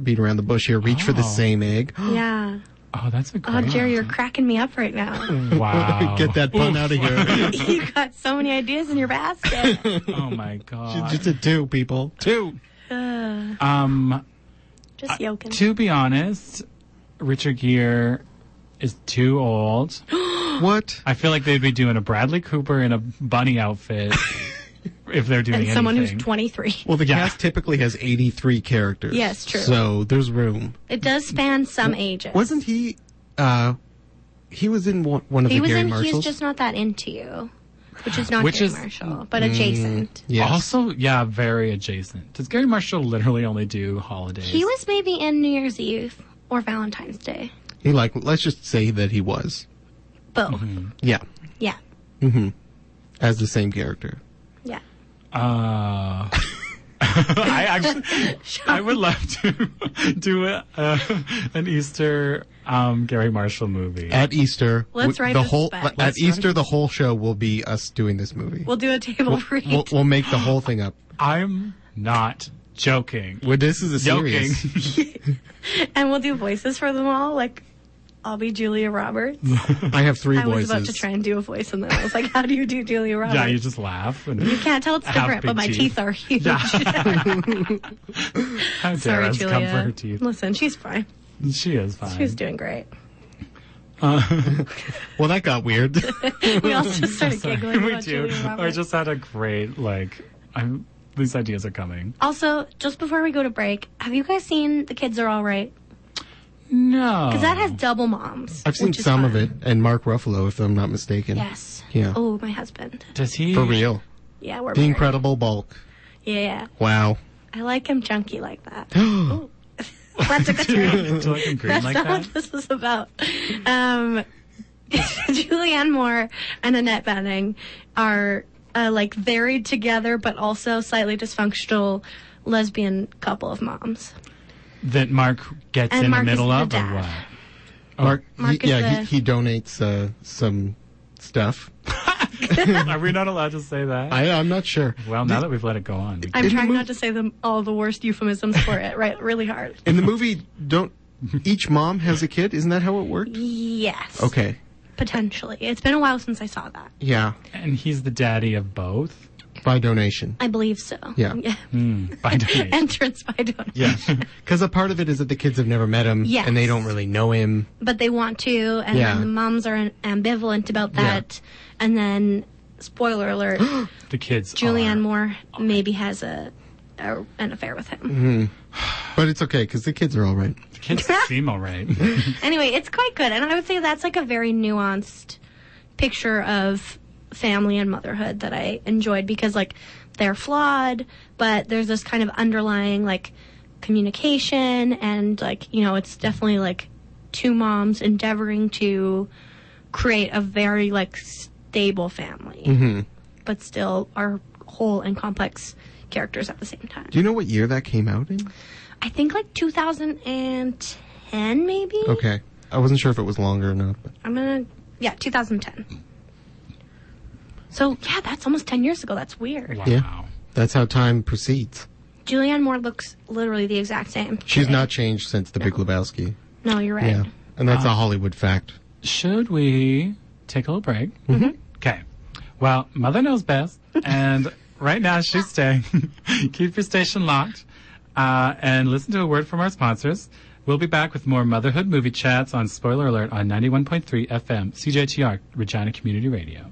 Speaker 2: beat around the bush here. Reach for the
Speaker 1: Oh.
Speaker 2: same egg.
Speaker 3: Yeah.
Speaker 1: Oh, that's a great
Speaker 3: Oh, Jerry, you're cracking me up right now.
Speaker 1: (laughs)
Speaker 3: (laughs)
Speaker 1: Wow.
Speaker 2: (gasps) (laughs) Get that pun out of here.
Speaker 3: you got so many ideas in your basket.
Speaker 1: Oh my
Speaker 2: (laughs) Just
Speaker 1: god.
Speaker 2: a two, people.
Speaker 3: (sighs)
Speaker 2: Two.
Speaker 3: Ugh,
Speaker 1: Um
Speaker 3: just yoking.
Speaker 1: to be honest, Richard Gere is too old.
Speaker 2: What?
Speaker 1: I feel like they'd be doing a Bradley Cooper in a bunny
Speaker 2: (laughs)
Speaker 1: outfit if they're doing
Speaker 3: and someone who's
Speaker 1: anything.
Speaker 3: 23.
Speaker 2: Well, the
Speaker 1: Yeah.
Speaker 2: cast typically has 83 characters.
Speaker 3: Yes, true.
Speaker 2: So there's room.
Speaker 3: It does span some ages.
Speaker 2: Wasn't he, uh, he was in one, one of
Speaker 3: He
Speaker 2: the
Speaker 3: was
Speaker 2: Gary
Speaker 3: in
Speaker 2: Marshalls?
Speaker 3: He's Just Not That Into You, which is not
Speaker 1: Which
Speaker 3: Gary
Speaker 1: is-
Speaker 3: Marshall, but adjacent.
Speaker 2: Yes.
Speaker 1: Also, yeah, very adjacent. Does Gary Marshall literally only do holidays?
Speaker 3: He was maybe in New Year's Eve or Valentine's Day.
Speaker 2: He like, let's just say that he was.
Speaker 3: Both.
Speaker 2: Yeah.
Speaker 3: Yeah.
Speaker 2: As the same character.
Speaker 3: Yeah.
Speaker 1: Uh, (laughs)
Speaker 3: (laughs)
Speaker 1: (laughs) I actually, I would love to do a, uh, an Easter um, Gary Marshall movie.
Speaker 2: At Easter,
Speaker 3: Let's
Speaker 2: w-
Speaker 3: write
Speaker 2: the
Speaker 3: this
Speaker 2: whole
Speaker 3: back.
Speaker 2: at
Speaker 3: Let's
Speaker 2: Easter the whole show will be us doing this movie.
Speaker 3: We'll (laughs) do a table read.
Speaker 2: We'll, we'll make the whole thing up.
Speaker 1: I'm not joking.
Speaker 2: Well, this is a
Speaker 1: Joking.
Speaker 2: (laughs) serious.
Speaker 3: (laughs) and we'll do voices for them all. Like, I'll be Julia Roberts.
Speaker 2: I have three
Speaker 3: I was
Speaker 2: voices.
Speaker 3: about to try and do a voice, and then I was like, "How do you do Julia Roberts?"
Speaker 1: (laughs) yeah, you just laugh. And
Speaker 3: (laughs) You can't tell it's
Speaker 1: have
Speaker 3: different,
Speaker 1: big
Speaker 3: but my
Speaker 1: teeth.
Speaker 3: teeth, are huge.
Speaker 1: How dare
Speaker 3: (laughs) Sorry,
Speaker 1: us come
Speaker 3: Julia.
Speaker 1: for her teeth?
Speaker 3: Listen, she's fine.
Speaker 1: She is fine.
Speaker 3: She's doing great.
Speaker 2: Well, that got weird.
Speaker 3: We all just started
Speaker 1: (laughs)
Speaker 3: giggling.
Speaker 1: we
Speaker 3: about
Speaker 1: do.
Speaker 3: Julia
Speaker 1: I
Speaker 3: Roberts.
Speaker 1: just had a great like. I'm. These ideas are coming.
Speaker 3: Also, just before we go to break, have you guys seen The Kids Are All Right?
Speaker 1: No,
Speaker 3: Because that has double moms.
Speaker 2: (laughs) I've seen
Speaker 3: which is
Speaker 2: some of
Speaker 3: fun.
Speaker 2: it, and Mark Ruffalo, if I'm not mistaken.
Speaker 3: Yes.
Speaker 2: Yeah.
Speaker 3: Oh, my husband.
Speaker 1: does he
Speaker 2: For
Speaker 1: (laughs)
Speaker 2: real,
Speaker 3: Yeah, we're
Speaker 2: the
Speaker 3: married.
Speaker 2: Incredible Bulk.
Speaker 3: Yeah, yeah.
Speaker 2: Wow.
Speaker 3: I like him chunky like that.
Speaker 1: (gasps) (laughs)
Speaker 3: Ooh. that took a turn.
Speaker 1: Do I look green
Speaker 3: That's
Speaker 1: like
Speaker 3: not
Speaker 1: that?
Speaker 3: what this is about. Um, (laughs) Julianne Moore and Annette Benning are uh, like married together, but also slightly dysfunctional lesbian couple of moms.
Speaker 1: That Mark gets
Speaker 3: And
Speaker 1: in
Speaker 3: Mark
Speaker 1: the
Speaker 3: is
Speaker 1: middle
Speaker 3: the
Speaker 1: of, or
Speaker 3: dad.
Speaker 1: what?
Speaker 2: Mark.
Speaker 3: Oh. Mark
Speaker 2: he,
Speaker 3: is
Speaker 2: yeah,
Speaker 3: the-
Speaker 2: he, he donates uh, some stuff.
Speaker 1: (laughs) Are we not allowed to say that?
Speaker 2: I, I'm not sure.
Speaker 1: well, now that we've let it go on, we
Speaker 3: I'm
Speaker 2: In the
Speaker 3: trying
Speaker 2: mov-
Speaker 3: not to say them all the worst euphemisms for it, right? (laughs) Really hard.
Speaker 2: In the movie, don't each mom has a kid? Isn't that how it worked?
Speaker 3: Yes.
Speaker 2: Okay.
Speaker 3: Potentially. It's been a while since I saw that.
Speaker 2: Yeah,
Speaker 1: and he's the daddy of both
Speaker 2: by donation.
Speaker 3: I believe so. (laughs)
Speaker 2: Yeah.
Speaker 1: Hmm. (laughs) by donation.
Speaker 3: Entrance by donation.
Speaker 2: Yeah,
Speaker 1: (laughs)
Speaker 2: because a part of it is that the kids have never met him,
Speaker 3: Yes.
Speaker 2: and they don't really know him.
Speaker 3: but they want to, and
Speaker 2: Yeah.
Speaker 3: then the moms are ambivalent about that. And then, spoiler alert,
Speaker 1: the kids.
Speaker 3: Julianne
Speaker 1: are.
Speaker 3: Moore maybe has a, a an affair with him.
Speaker 2: But it's okay because the kids are all right.
Speaker 1: The (laughs) kids seem all right.
Speaker 3: Anyway, it's quite good, and I would say that's like a very nuanced picture of family and motherhood that I enjoyed because like they're flawed, but there's this kind of underlying like communication and like you know it's definitely like two moms endeavoring to create a very like stable family,
Speaker 2: Mm-hmm.
Speaker 3: but still are whole and complex characters at the same time.
Speaker 2: Do you know what year that came out in?
Speaker 3: I think like 2010, maybe.
Speaker 2: Okay, I wasn't sure if it was longer or not. But
Speaker 3: I'm gonna, yeah, 2010. So yeah, that's almost 10 years ago. That's weird.
Speaker 1: Wow.
Speaker 2: Yeah. that's how time proceeds.
Speaker 3: Julianne Moore looks literally the exact same.
Speaker 2: She's
Speaker 3: today.
Speaker 2: not changed since The Big Lebowski.
Speaker 3: No, you're right.
Speaker 2: Yeah, and that's a Hollywood fact.
Speaker 1: Should we take a little break? Mm-hmm. Okay. Well, Mother knows best, and right now she's staying. (laughs) Keep your station locked uh, and listen to a word from our sponsors. We'll be back with more Motherhood movie chats on Spoiler Alert on 91.3 FM, CJTR, Regina Community Radio.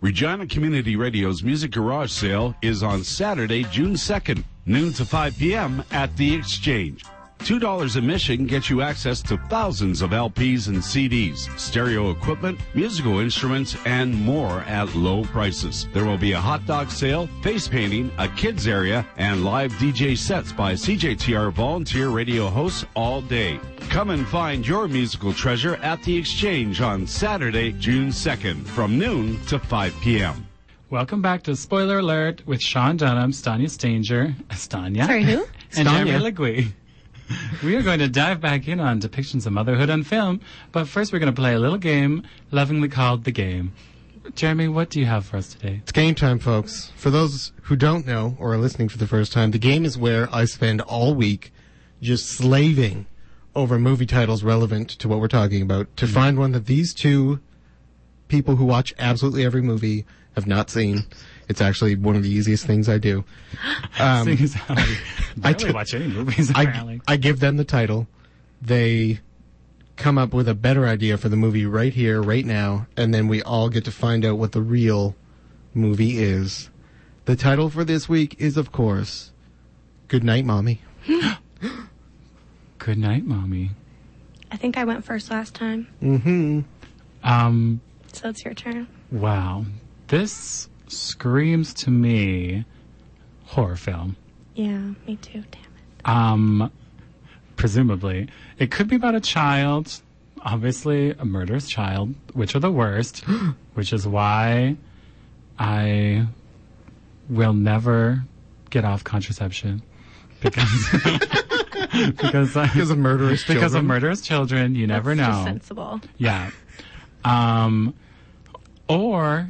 Speaker 4: Regina Community Radio's Music Garage Sale is on Saturday, June 2nd, noon to 5 p.m. at The Exchange. $2 admission gets you access to thousands of LPs and CDs, stereo equipment, musical instruments, and more at low prices. There will be a hot dog sale, face painting, a kids area, and live DJ sets by CJTR volunteer radio hosts all day. Come and find your musical treasure at The Exchange on Saturday, June 2nd from noon to 5 p.m.
Speaker 1: Welcome back to Spoiler Alert with Sean Dunham, Stanya Stanger, Stanya,
Speaker 3: Sorry, who?
Speaker 1: and Jeremy
Speaker 2: Stanya.
Speaker 1: Ligui. (laughs) We are going to dive back in on depictions of motherhood on film, but first we're going to play a little game lovingly called The Game. Jeremy, what do you have for us today?
Speaker 2: It's game time, folks. For those who don't know or are listening for the first time, the game is where I spend all week just slaving over movie titles relevant to what we're talking about to find one that these two people who watch absolutely every movie have not seen. It's actually one of the easiest things I do.
Speaker 1: (laughs) Seeing as how we
Speaker 2: Um, (laughs) I
Speaker 1: barely
Speaker 2: t-
Speaker 1: watch any movies,
Speaker 2: I,
Speaker 1: apparently.
Speaker 2: I give them the title. They come up with a better idea for the movie right here, right now, and then we all get to find out what the real movie is. The title for this week is, of course, Good Night, Mommy.
Speaker 1: Good night, Mommy.
Speaker 3: (laughs) I think I went first last time,
Speaker 1: Um,
Speaker 3: so it's your turn.
Speaker 1: wow. This screams to me horror film.
Speaker 3: Yeah, me too. Damn it.
Speaker 1: Um, presumably, it could be about a child, obviously a murderous child, which are the worst, which is why I will never get off contraception because (laughs) because I,
Speaker 2: because of murderous
Speaker 1: because of
Speaker 2: children.
Speaker 1: murderous children. You never
Speaker 3: That's
Speaker 1: know.
Speaker 3: Just sensible.
Speaker 1: Yeah. Um, or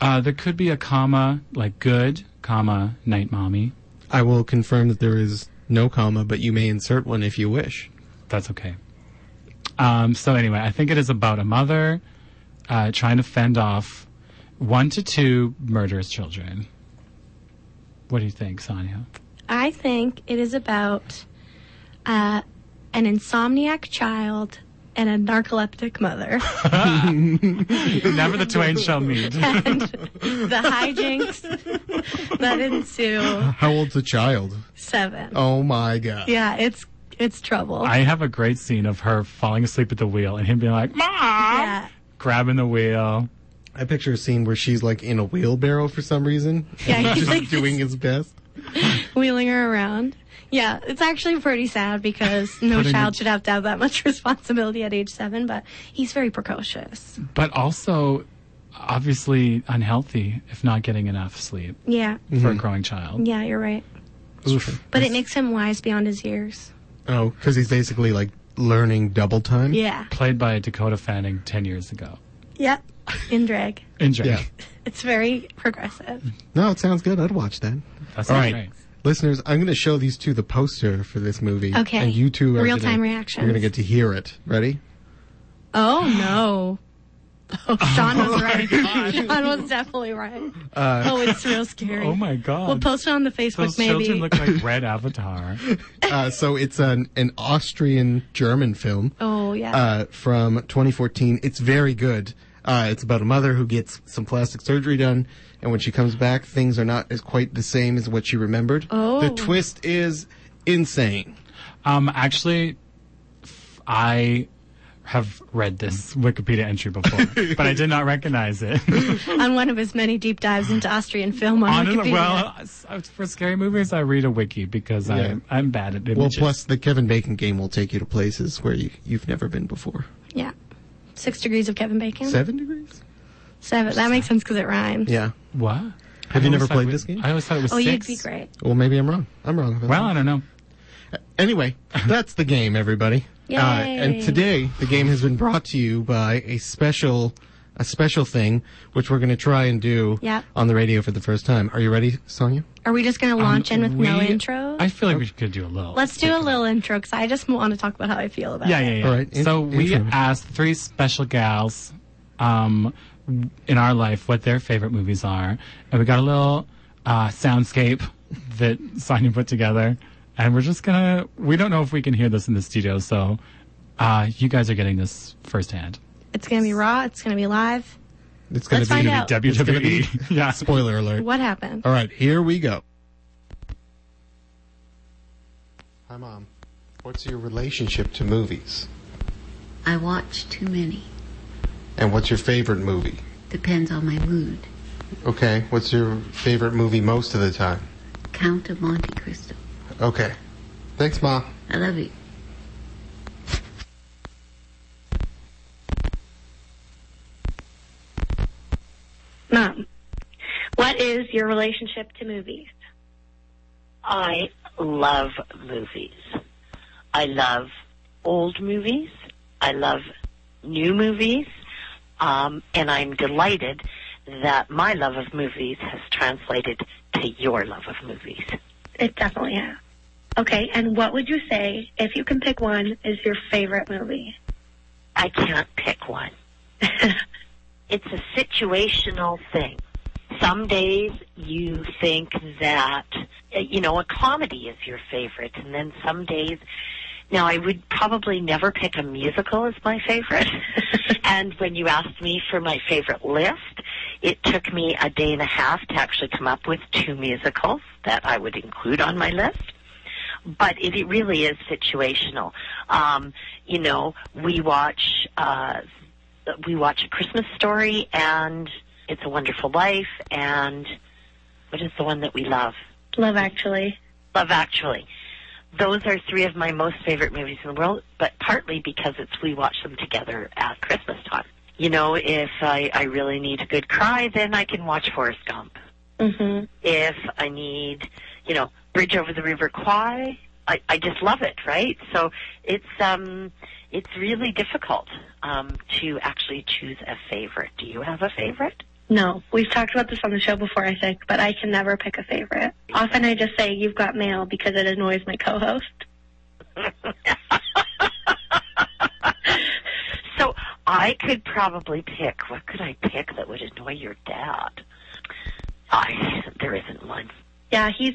Speaker 1: uh, there could be a comma like good, comma night mommy.
Speaker 2: I will confirm that there is no comma, but you may insert one if you wish.
Speaker 1: That's okay. Um, so anyway, I think it is about a mother uh, trying to fend off one to two murderous children. What do you think,
Speaker 2: (laughs)
Speaker 1: Sonia?
Speaker 3: I think it is about uh, an insomniac child and a narcoleptic mother. (laughs)
Speaker 1: Never the twain shall meet.
Speaker 3: and the hijinks
Speaker 2: (laughs)
Speaker 3: that ensue.
Speaker 2: How old's the child?
Speaker 3: Seven.
Speaker 2: Oh my god.
Speaker 3: Yeah, it's it's trouble.
Speaker 1: I have a great scene of her falling asleep at the wheel and him being like, "Mom,"
Speaker 3: yeah.
Speaker 1: grabbing the wheel.
Speaker 2: I picture a scene where she's like in a wheelbarrow for some reason.
Speaker 3: Yeah,
Speaker 2: (laughs)
Speaker 3: he's
Speaker 2: Just
Speaker 3: like
Speaker 2: doing his best.
Speaker 3: wheeling her around. Yeah, it's actually pretty sad because no
Speaker 2: Putting
Speaker 3: child
Speaker 2: it-
Speaker 3: should have to have that much (laughs) responsibility at age seven, but he's very precocious.
Speaker 1: but also obviously unhealthy if not getting enough sleep
Speaker 3: Yeah.
Speaker 2: Mm-hmm.
Speaker 1: for a growing child.
Speaker 3: Yeah, you're right. But it makes him wise beyond his years.
Speaker 2: Oh, because he's basically like learning double time.
Speaker 3: Yeah.
Speaker 1: Played by Dakota Fanning 10 years ago.
Speaker 3: Yep. In drag.
Speaker 1: In Drake.
Speaker 2: Yeah.
Speaker 3: It's very progressive.
Speaker 2: No, it sounds good. I'd watch that.
Speaker 1: That sounds
Speaker 2: All right.
Speaker 1: great.
Speaker 2: Listeners, I'm going to show these two the poster for this movie.
Speaker 3: Okay.
Speaker 2: And you two are
Speaker 3: Real-time
Speaker 2: gonna-
Speaker 3: reactions.
Speaker 2: You're going to get to hear it. Ready?
Speaker 3: (laughs) Oh no. Oh, Sean was right. (laughs) Sean was definitely right. oh, it's real scary.
Speaker 1: Oh my god.
Speaker 3: We'll post it on the Facebook
Speaker 1: Those
Speaker 3: maybe.
Speaker 1: children look like
Speaker 3: (laughs)
Speaker 1: Red Avatar.
Speaker 2: Uh, so it's an, an Austrian German film.
Speaker 3: oh yeah.
Speaker 2: uh, from 2014. It's very good. Uh, it's about a mother who gets some plastic surgery done, and when she comes back, things are not as quite the same as what she remembered.
Speaker 3: Oh.
Speaker 2: The twist is insane.
Speaker 1: Um, actually, f- I have read this Wikipedia entry before, but I did not recognize it.
Speaker 3: on one of his many deep dives into Austrian film on
Speaker 1: Honestly,
Speaker 3: (laughs) Wikipedia.
Speaker 1: well, s- for scary movies, I read a wiki because
Speaker 2: Yeah.
Speaker 1: I'm, I'm bad at images.
Speaker 2: Well, plus the Kevin Bacon game will take you to places where you, you've never been before.
Speaker 3: yeah. Six degrees of Kevin Bacon.
Speaker 2: Seven degrees?
Speaker 3: Seven. That makes sense because it rhymes.
Speaker 2: Yeah.
Speaker 1: what?
Speaker 2: Have
Speaker 1: I
Speaker 2: you
Speaker 1: always
Speaker 2: never
Speaker 1: thought
Speaker 2: played
Speaker 1: we-
Speaker 2: this game?
Speaker 1: I always thought it was
Speaker 3: Oh,
Speaker 1: six.
Speaker 3: you'd be great.
Speaker 2: Well, maybe I'm wrong. I'm wrong. About
Speaker 1: Well,
Speaker 2: that.
Speaker 1: I don't know.
Speaker 2: Anyway, that's the game,
Speaker 3: (laughs)
Speaker 2: everybody. Uh,
Speaker 3: Yay.
Speaker 2: and today, the game has been brought to you by a special, a special thing, which we're going to try and do
Speaker 3: Yep.
Speaker 2: on the radio for the first time. Are you ready, Sonia?
Speaker 3: Are we just gonna launch in with no
Speaker 1: We-
Speaker 3: intro?
Speaker 1: I feel like we could do a little.
Speaker 3: Let's do a little intro because I just want to talk about how I feel about
Speaker 1: Yeah,
Speaker 3: it.
Speaker 1: yeah, yeah.
Speaker 2: All right, in-
Speaker 1: so we
Speaker 2: intro.
Speaker 1: asked three special gals um, in our life what their favorite movies are, and we got a little uh, soundscape that (laughs) Sonia put together, and we're just gonna. We don't know if we can hear this in the studio, so uh, you guys are getting this firsthand.
Speaker 3: It's gonna be raw. It's gonna be live.
Speaker 2: It's going
Speaker 3: Let's
Speaker 2: to be
Speaker 3: find
Speaker 1: Be
Speaker 3: out.
Speaker 1: WWE. (laughs) yeah.
Speaker 2: spoiler alert.
Speaker 3: What happened?
Speaker 1: Uh,
Speaker 2: All right, here we go. Hi, mom. What's your relationship to movies?
Speaker 5: I watch too many.
Speaker 2: And what's your favorite movie?
Speaker 5: Depends on my mood.
Speaker 2: Okay, what's your favorite movie most of the time?
Speaker 5: Count of Monte Cristo.
Speaker 2: Okay. Thanks, mom.
Speaker 5: I love you.
Speaker 6: Mom, what is your relationship to movies?
Speaker 7: I love movies. I love old movies. I love new movies. Um, and I'm delighted that my love of movies has translated to your love of movies.
Speaker 6: It definitely has. Okay, and what would you say, if you can pick one, is your favorite movie?
Speaker 7: I can't pick one. (laughs) it's a situational thing. Some days you think that, uh, you know, a comedy is your favorite, and then some days, now I would probably never pick a musical as my favorite. (laughs) and when you asked me for my favorite list, it took me a day and a half to actually come up with two musicals that I would include on my list but it, it really is situational. Um, you know, we watch uh, we watch a Christmas Story and It's a Wonderful Life, and what is the one that we love?
Speaker 6: Love Actually.
Speaker 7: Love Actually. Those are three of my most favorite movies in the world, but partly because it's we watch them together at Christmas time. You know, if I, I really need a good cry, then I can watch Forrest Gump
Speaker 6: Mm-hmm.
Speaker 7: if I need, you know, Bridge Over the River Kwai, I, I just love it, right? So it's um, it's really difficult um, to actually choose a favorite. Do you have a favorite?
Speaker 6: No, we've talked about this on the show before, I think, but I can never pick a favorite. Often I just say, You've got mail because it annoys my co host.
Speaker 7: So I could probably pick. What could I pick that would annoy your dad? I there isn't one.
Speaker 6: Yeah, he's.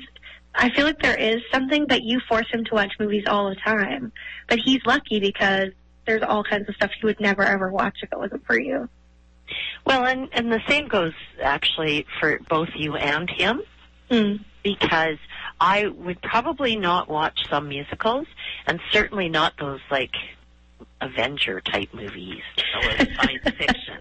Speaker 6: I feel like there is something, but you force him to watch movies all the time. But he's lucky because there's all kinds of stuff he would never ever watch if it wasn't for you.
Speaker 7: Well, and and the same goes actually for both you and him.
Speaker 6: Mm.
Speaker 7: because I would probably not watch some musicals, and certainly not those like Avenger type movies you know,
Speaker 6: (laughs)
Speaker 7: or science fiction.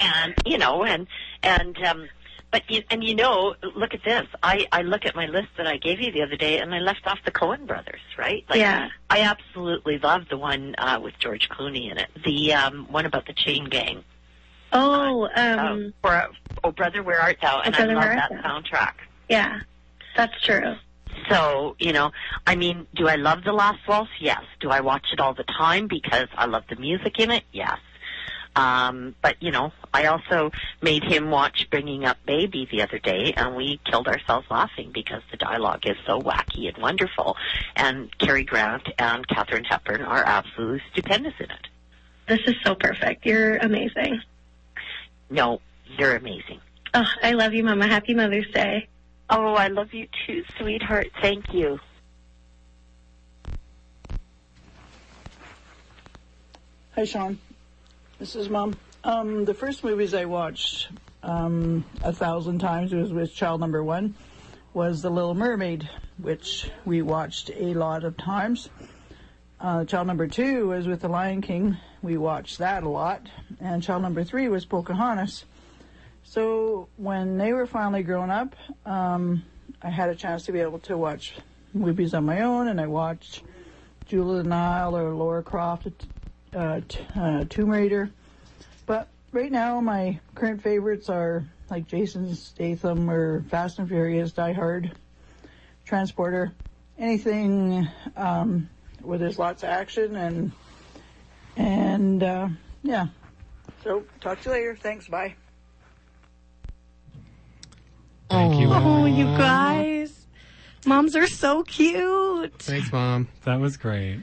Speaker 7: And you know, and and um, but you, and you know, look at this. I I look at my list that I gave you the other day, and I left off the Cohen brothers, right? Like,
Speaker 6: Yeah.
Speaker 7: I absolutely love the one uh, with George Clooney in it. The um, one about the chain gang.
Speaker 6: Oh,
Speaker 7: Um,
Speaker 6: um,
Speaker 7: for Oh Brother, Where Art Thou? And I
Speaker 6: Brother,
Speaker 7: love
Speaker 6: Where Art
Speaker 7: that
Speaker 6: Thou.
Speaker 7: soundtrack.
Speaker 6: yeah, that's true.
Speaker 7: So, you know, I mean, do I love The Last Waltz? Yes. Do I watch it all the time because I love the music in it? Yes. Um, but, you know, I also made him watch Bringing Up Baby the other day, and we killed ourselves laughing because the dialogue is so wacky and wonderful. And Cary Grant and Katherine Hepburn are absolutely stupendous in it.
Speaker 6: This is so perfect. You're amazing.
Speaker 7: No, you're amazing.
Speaker 6: Oh, I love you, Mama. Happy Mother's Day.
Speaker 7: Oh, I love you too, sweetheart. Thank you.
Speaker 8: Hi, Sean. This is Mom. Um, the first movies I watched um, a thousand times was with child number one was The Little Mermaid, which we watched a lot of times. Uh, child number two was with The Lion King. We watched that a lot. And child number three was Pocahontas. So when they were finally grown up, um, I had a chance to be able to watch movies on my own, and I watched Jewel of the Nile or Laura Croft, uh, t- uh, Tomb Raider. But right now, my current favorites are like Jason Statham or Fast and Furious, Die Hard, Transporter, anything um, where there's lots of action and and uh, yeah. So talk to you later. Thanks. Bye.
Speaker 1: Thank you.
Speaker 3: Oh, you guys. Moms are so cute.
Speaker 2: Thanks, Mom.
Speaker 1: That was great.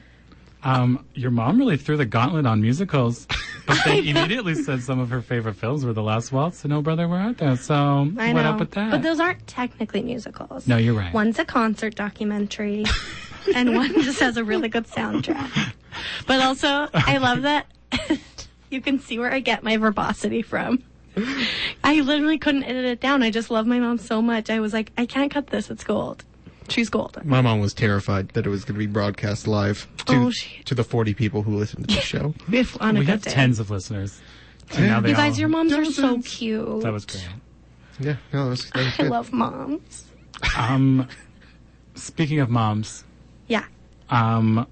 Speaker 1: Um, your mom really threw the gauntlet on musicals, but
Speaker 3: (laughs)
Speaker 1: they immediately said some of her favorite films were The Last Waltz and Oh Brother, Where Art Thou? So
Speaker 3: I
Speaker 1: what
Speaker 3: know.
Speaker 1: up with that?
Speaker 3: But those aren't technically musicals.
Speaker 1: no, you're right.
Speaker 3: One's a concert
Speaker 1: (laughs)
Speaker 3: documentary, and one just has a really good soundtrack. But also, I love that (laughs) you can see where I get my verbosity from. I literally couldn't edit it down. I just love my mom so much. I was like, I can't cut this. It's gold. She's golden.
Speaker 2: My mom was terrified that it was going to be broadcast live to,
Speaker 3: Oh, shit.
Speaker 2: to the 40 people who listened
Speaker 3: (laughs)
Speaker 2: to the show.
Speaker 3: If on a
Speaker 1: we
Speaker 3: good
Speaker 1: have
Speaker 3: day.
Speaker 1: tens of listeners. And now they
Speaker 3: you guys,
Speaker 1: all-
Speaker 3: your moms are so cute.
Speaker 1: That was great.
Speaker 2: Yeah, no, that was, that was
Speaker 3: I
Speaker 2: good.
Speaker 3: love moms.
Speaker 1: Um, speaking of moms,
Speaker 3: Yeah.
Speaker 1: um,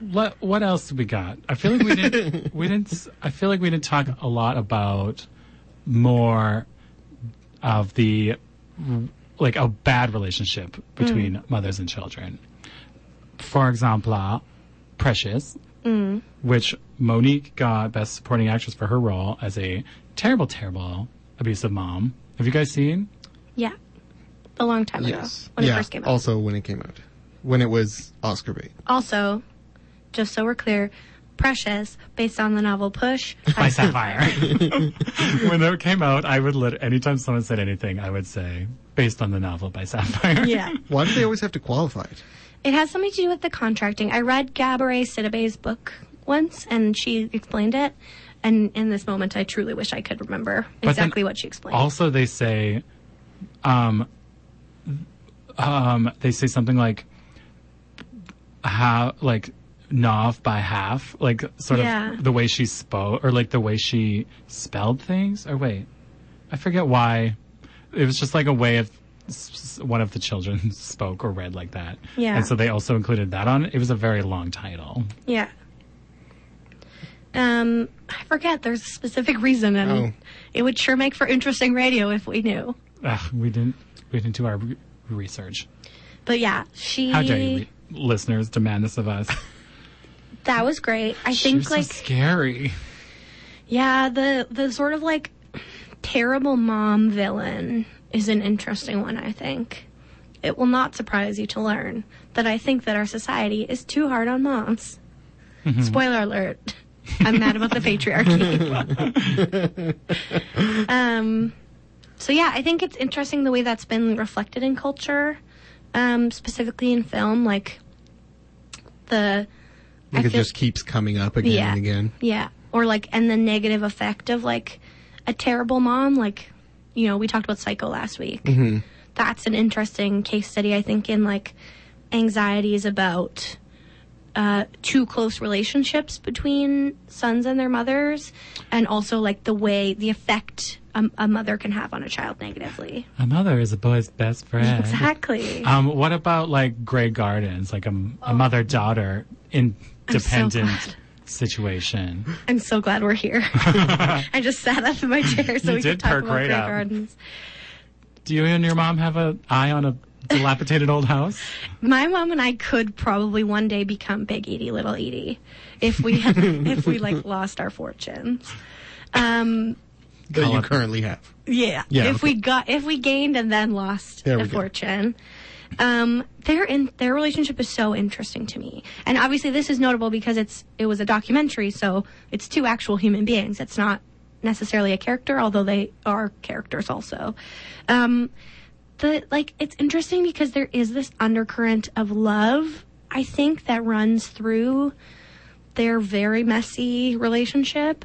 Speaker 1: let, what else we got? I feel like we didn't. we didn't. s- I feel like we didn't talk a lot about more of the like a bad relationship between mothers and children. For example, uh, Precious, which Monique got Best Supporting Actress for her role as a terrible, terrible abusive mom. Have you guys seen?
Speaker 3: Yeah. A long time ago
Speaker 2: Yes.
Speaker 3: when
Speaker 2: yeah,
Speaker 3: it first came out.
Speaker 2: also when it came out. When it was Oscar bait.
Speaker 3: Also, just so we're clear, Precious, based on the novel
Speaker 1: (laughs)
Speaker 3: Push,
Speaker 1: by Sapphire. when that came out, I would let anytime someone said anything, I would say based on the novel by Sapphire.
Speaker 3: yeah.
Speaker 2: Why do they always have to qualify it?
Speaker 3: It has something to do with the contracting. I read Gabourey Sidibe's book once, and she explained it. And in this moment, I truly wish I could remember
Speaker 1: then
Speaker 3: exactly what she explained.
Speaker 1: Also, they say, um, um, they say something like how like nov by half, like sort
Speaker 3: Yeah.
Speaker 1: of the way she spoke or like the way she spelled things. Or wait, I forget why. It was just like a way of s- s- one of the children (laughs) spoke or read like that.
Speaker 3: Yeah.
Speaker 1: And so they also included that on it. It was a very long title.
Speaker 3: yeah. Um, I forget. There's a specific reason, and
Speaker 2: Oh.
Speaker 3: it would sure make for interesting radio if we knew.
Speaker 1: Ugh, we didn't we didn't do our re- research.
Speaker 3: But yeah, she.
Speaker 1: How dare you re- listeners demand this of us.
Speaker 3: That was great. I
Speaker 1: You're
Speaker 3: think
Speaker 1: so
Speaker 3: like
Speaker 1: scary.
Speaker 3: yeah, the the sort of like terrible mom villain is an interesting one, I think. It will not surprise you to learn that I think that our society is too hard on moms. Spoiler alert. I'm mad about the patriarchy. um so yeah, I think it's interesting the way that's been reflected in culture, um, specifically in film, like the
Speaker 2: I think it
Speaker 3: feel-
Speaker 2: just keeps coming up again
Speaker 3: yeah.
Speaker 2: and again.
Speaker 3: Yeah. Or like, and the negative effect of like a terrible mom. Like, you know, we talked about Psycho last week.
Speaker 1: Mm-hmm.
Speaker 3: That's an interesting case study, I think, in like anxieties about uh, too close relationships between sons and their mothers, and also like the way the effect a, a mother can have on a child negatively.
Speaker 1: A mother is a boy's best friend. (laughs)
Speaker 3: Exactly.
Speaker 1: Um, what about like Grey Gardens, like a, a mother daughter independent
Speaker 3: Oh. glad.
Speaker 1: situation?
Speaker 3: I'm so glad
Speaker 1: (laughs)
Speaker 3: we're here. (laughs) I just sat up in my chair so
Speaker 1: You
Speaker 3: we
Speaker 1: did
Speaker 3: could talk
Speaker 1: perk
Speaker 3: about
Speaker 1: right
Speaker 3: Grey
Speaker 1: up.
Speaker 3: Gardens.
Speaker 1: Do you and your mom have an eye on a dilapidated old
Speaker 3: (laughs)
Speaker 1: house?
Speaker 3: My mom and I could probably one day become Big Edie, Little Edie, if we if we like lost our fortunes. Um,
Speaker 2: That
Speaker 1: Call
Speaker 2: you
Speaker 1: it-
Speaker 2: currently have.
Speaker 3: yeah.
Speaker 2: Yeah,
Speaker 3: if
Speaker 2: okay.
Speaker 3: we got if we gained and then lost
Speaker 2: There
Speaker 3: the
Speaker 2: we go.
Speaker 3: fortune, um, their in their relationship is so interesting to me, and obviously this is notable because it's it was a documentary, so it's two actual human beings. It's not necessarily a character, although they are characters also. Um, the like it's interesting because there is this undercurrent of love I think that runs through their very messy relationship,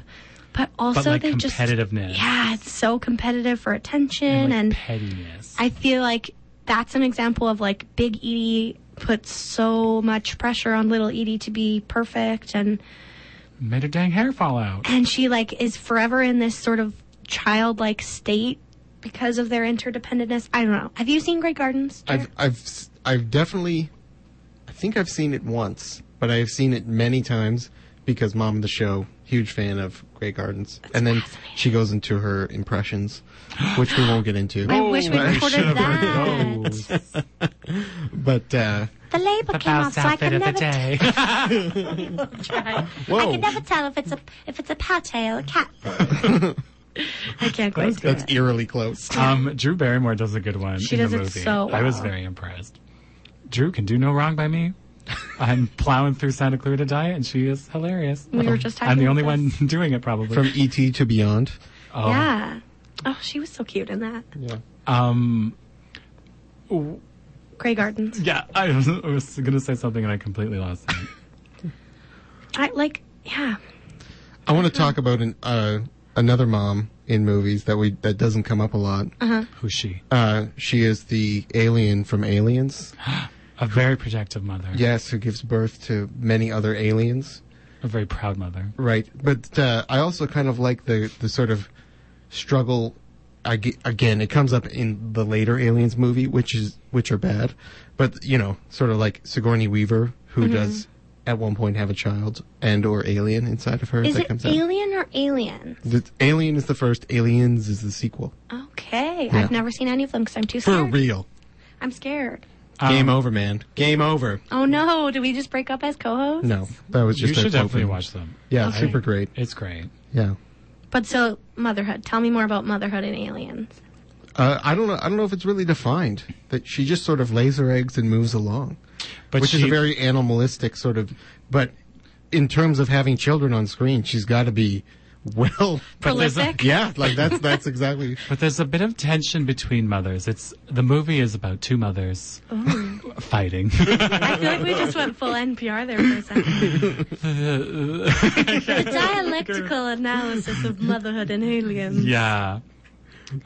Speaker 3: but also
Speaker 1: But like
Speaker 3: they just
Speaker 1: competitiveness.
Speaker 3: yeah, it's so competitive for attention
Speaker 1: And,
Speaker 3: and,
Speaker 1: like, pettiness.
Speaker 3: I feel like that's an example of like Big Edie puts so much pressure on little Edie to be perfect and
Speaker 1: Made her dang hair fall out.
Speaker 3: and she like is forever in this sort of childlike state because of their interdependentness. I don't know. Have you seen Great Gardens? Jer?
Speaker 2: I've I've s- I've definitely I think I've seen it once, but I've seen it many times because mom of the show, huge fan of Grey Gardens. and then she goes into her impressions, which we won't get into.
Speaker 3: I wish we
Speaker 2: but I
Speaker 3: recorded
Speaker 2: should've
Speaker 3: that.
Speaker 2: But uh
Speaker 3: The label came off, so I could never
Speaker 1: day.
Speaker 3: (laughs)
Speaker 1: (laughs)
Speaker 3: I could never tell if it's a if it's a pow tail or
Speaker 1: (laughs)
Speaker 3: a cat. I can't quite do
Speaker 2: that's
Speaker 3: it.
Speaker 2: eerily close.
Speaker 1: um, Drew Barrymore does a good one.
Speaker 3: She
Speaker 1: in
Speaker 3: does
Speaker 1: the
Speaker 3: it
Speaker 1: movie.
Speaker 3: so
Speaker 1: I was
Speaker 3: well.
Speaker 1: very impressed. Drew can do no wrong by me. I'm plowing through Santa Clarita Diet, and she is hilarious.
Speaker 3: We were just talking
Speaker 1: I'm the
Speaker 3: about
Speaker 1: only
Speaker 3: this.
Speaker 1: one (laughs) doing it, probably.
Speaker 2: From ET to Beyond.
Speaker 1: oh.
Speaker 2: Um,
Speaker 3: Yeah. Oh, she was so cute in that.
Speaker 1: Um,
Speaker 3: Grey Gardens.
Speaker 1: yeah, I was, I was going to say something, and I completely lost it.
Speaker 3: I like, yeah.
Speaker 2: I want to talk about an uh another mom in movies that we that doesn't come up a lot.
Speaker 3: Uh-huh.
Speaker 1: Who's she?
Speaker 2: Uh she is the alien from Aliens.
Speaker 1: A very protective mother.
Speaker 2: Yes, who gives birth to many other aliens.
Speaker 1: A very proud mother.
Speaker 2: Right, but uh, I also kind of like the the sort of struggle. I ge- Again, it comes up in the later Aliens movie, which is which are bad, but you know, sort of like Sigourney Weaver, who
Speaker 3: Mm-hmm.
Speaker 2: does at one point have a child and or alien inside of her
Speaker 3: Is
Speaker 2: that
Speaker 3: it
Speaker 2: comes out.
Speaker 3: Alien or Alien?
Speaker 2: The, alien is the first. Aliens is the sequel.
Speaker 3: Okay.
Speaker 2: Yeah.
Speaker 3: I've never seen any of them because I'm too
Speaker 2: For
Speaker 3: scared.
Speaker 2: real,
Speaker 3: I'm scared.
Speaker 2: game
Speaker 1: Um,
Speaker 2: over, man. Game over.
Speaker 3: Oh no, did we just break up as co hosts?
Speaker 2: No, that was
Speaker 1: You
Speaker 2: just.
Speaker 1: should
Speaker 2: a
Speaker 1: definitely
Speaker 2: opening.
Speaker 1: watch them.
Speaker 2: Yeah,
Speaker 3: Okay.
Speaker 2: super great.
Speaker 1: It's great.
Speaker 2: Yeah.
Speaker 3: But so, motherhood. Tell me more about motherhood and aliens.
Speaker 2: Uh, I don't know. I don't know if it's really defined that she just sort of lays her eggs and moves along.
Speaker 1: But
Speaker 2: which
Speaker 1: she,
Speaker 2: is a very animalistic sort of but in terms of having children on screen she's got to be well (laughs)
Speaker 1: there's a-
Speaker 3: Prolific?
Speaker 2: yeah like that's that's exactly (laughs)
Speaker 1: But there's a bit of tension between mothers. It's the movie is about two mothers
Speaker 3: Oh.
Speaker 1: (laughs) fighting.
Speaker 3: I feel like we just went full NPR there for a
Speaker 2: (laughs)
Speaker 3: second. the dialectical analysis of motherhood and aliens.
Speaker 1: yeah.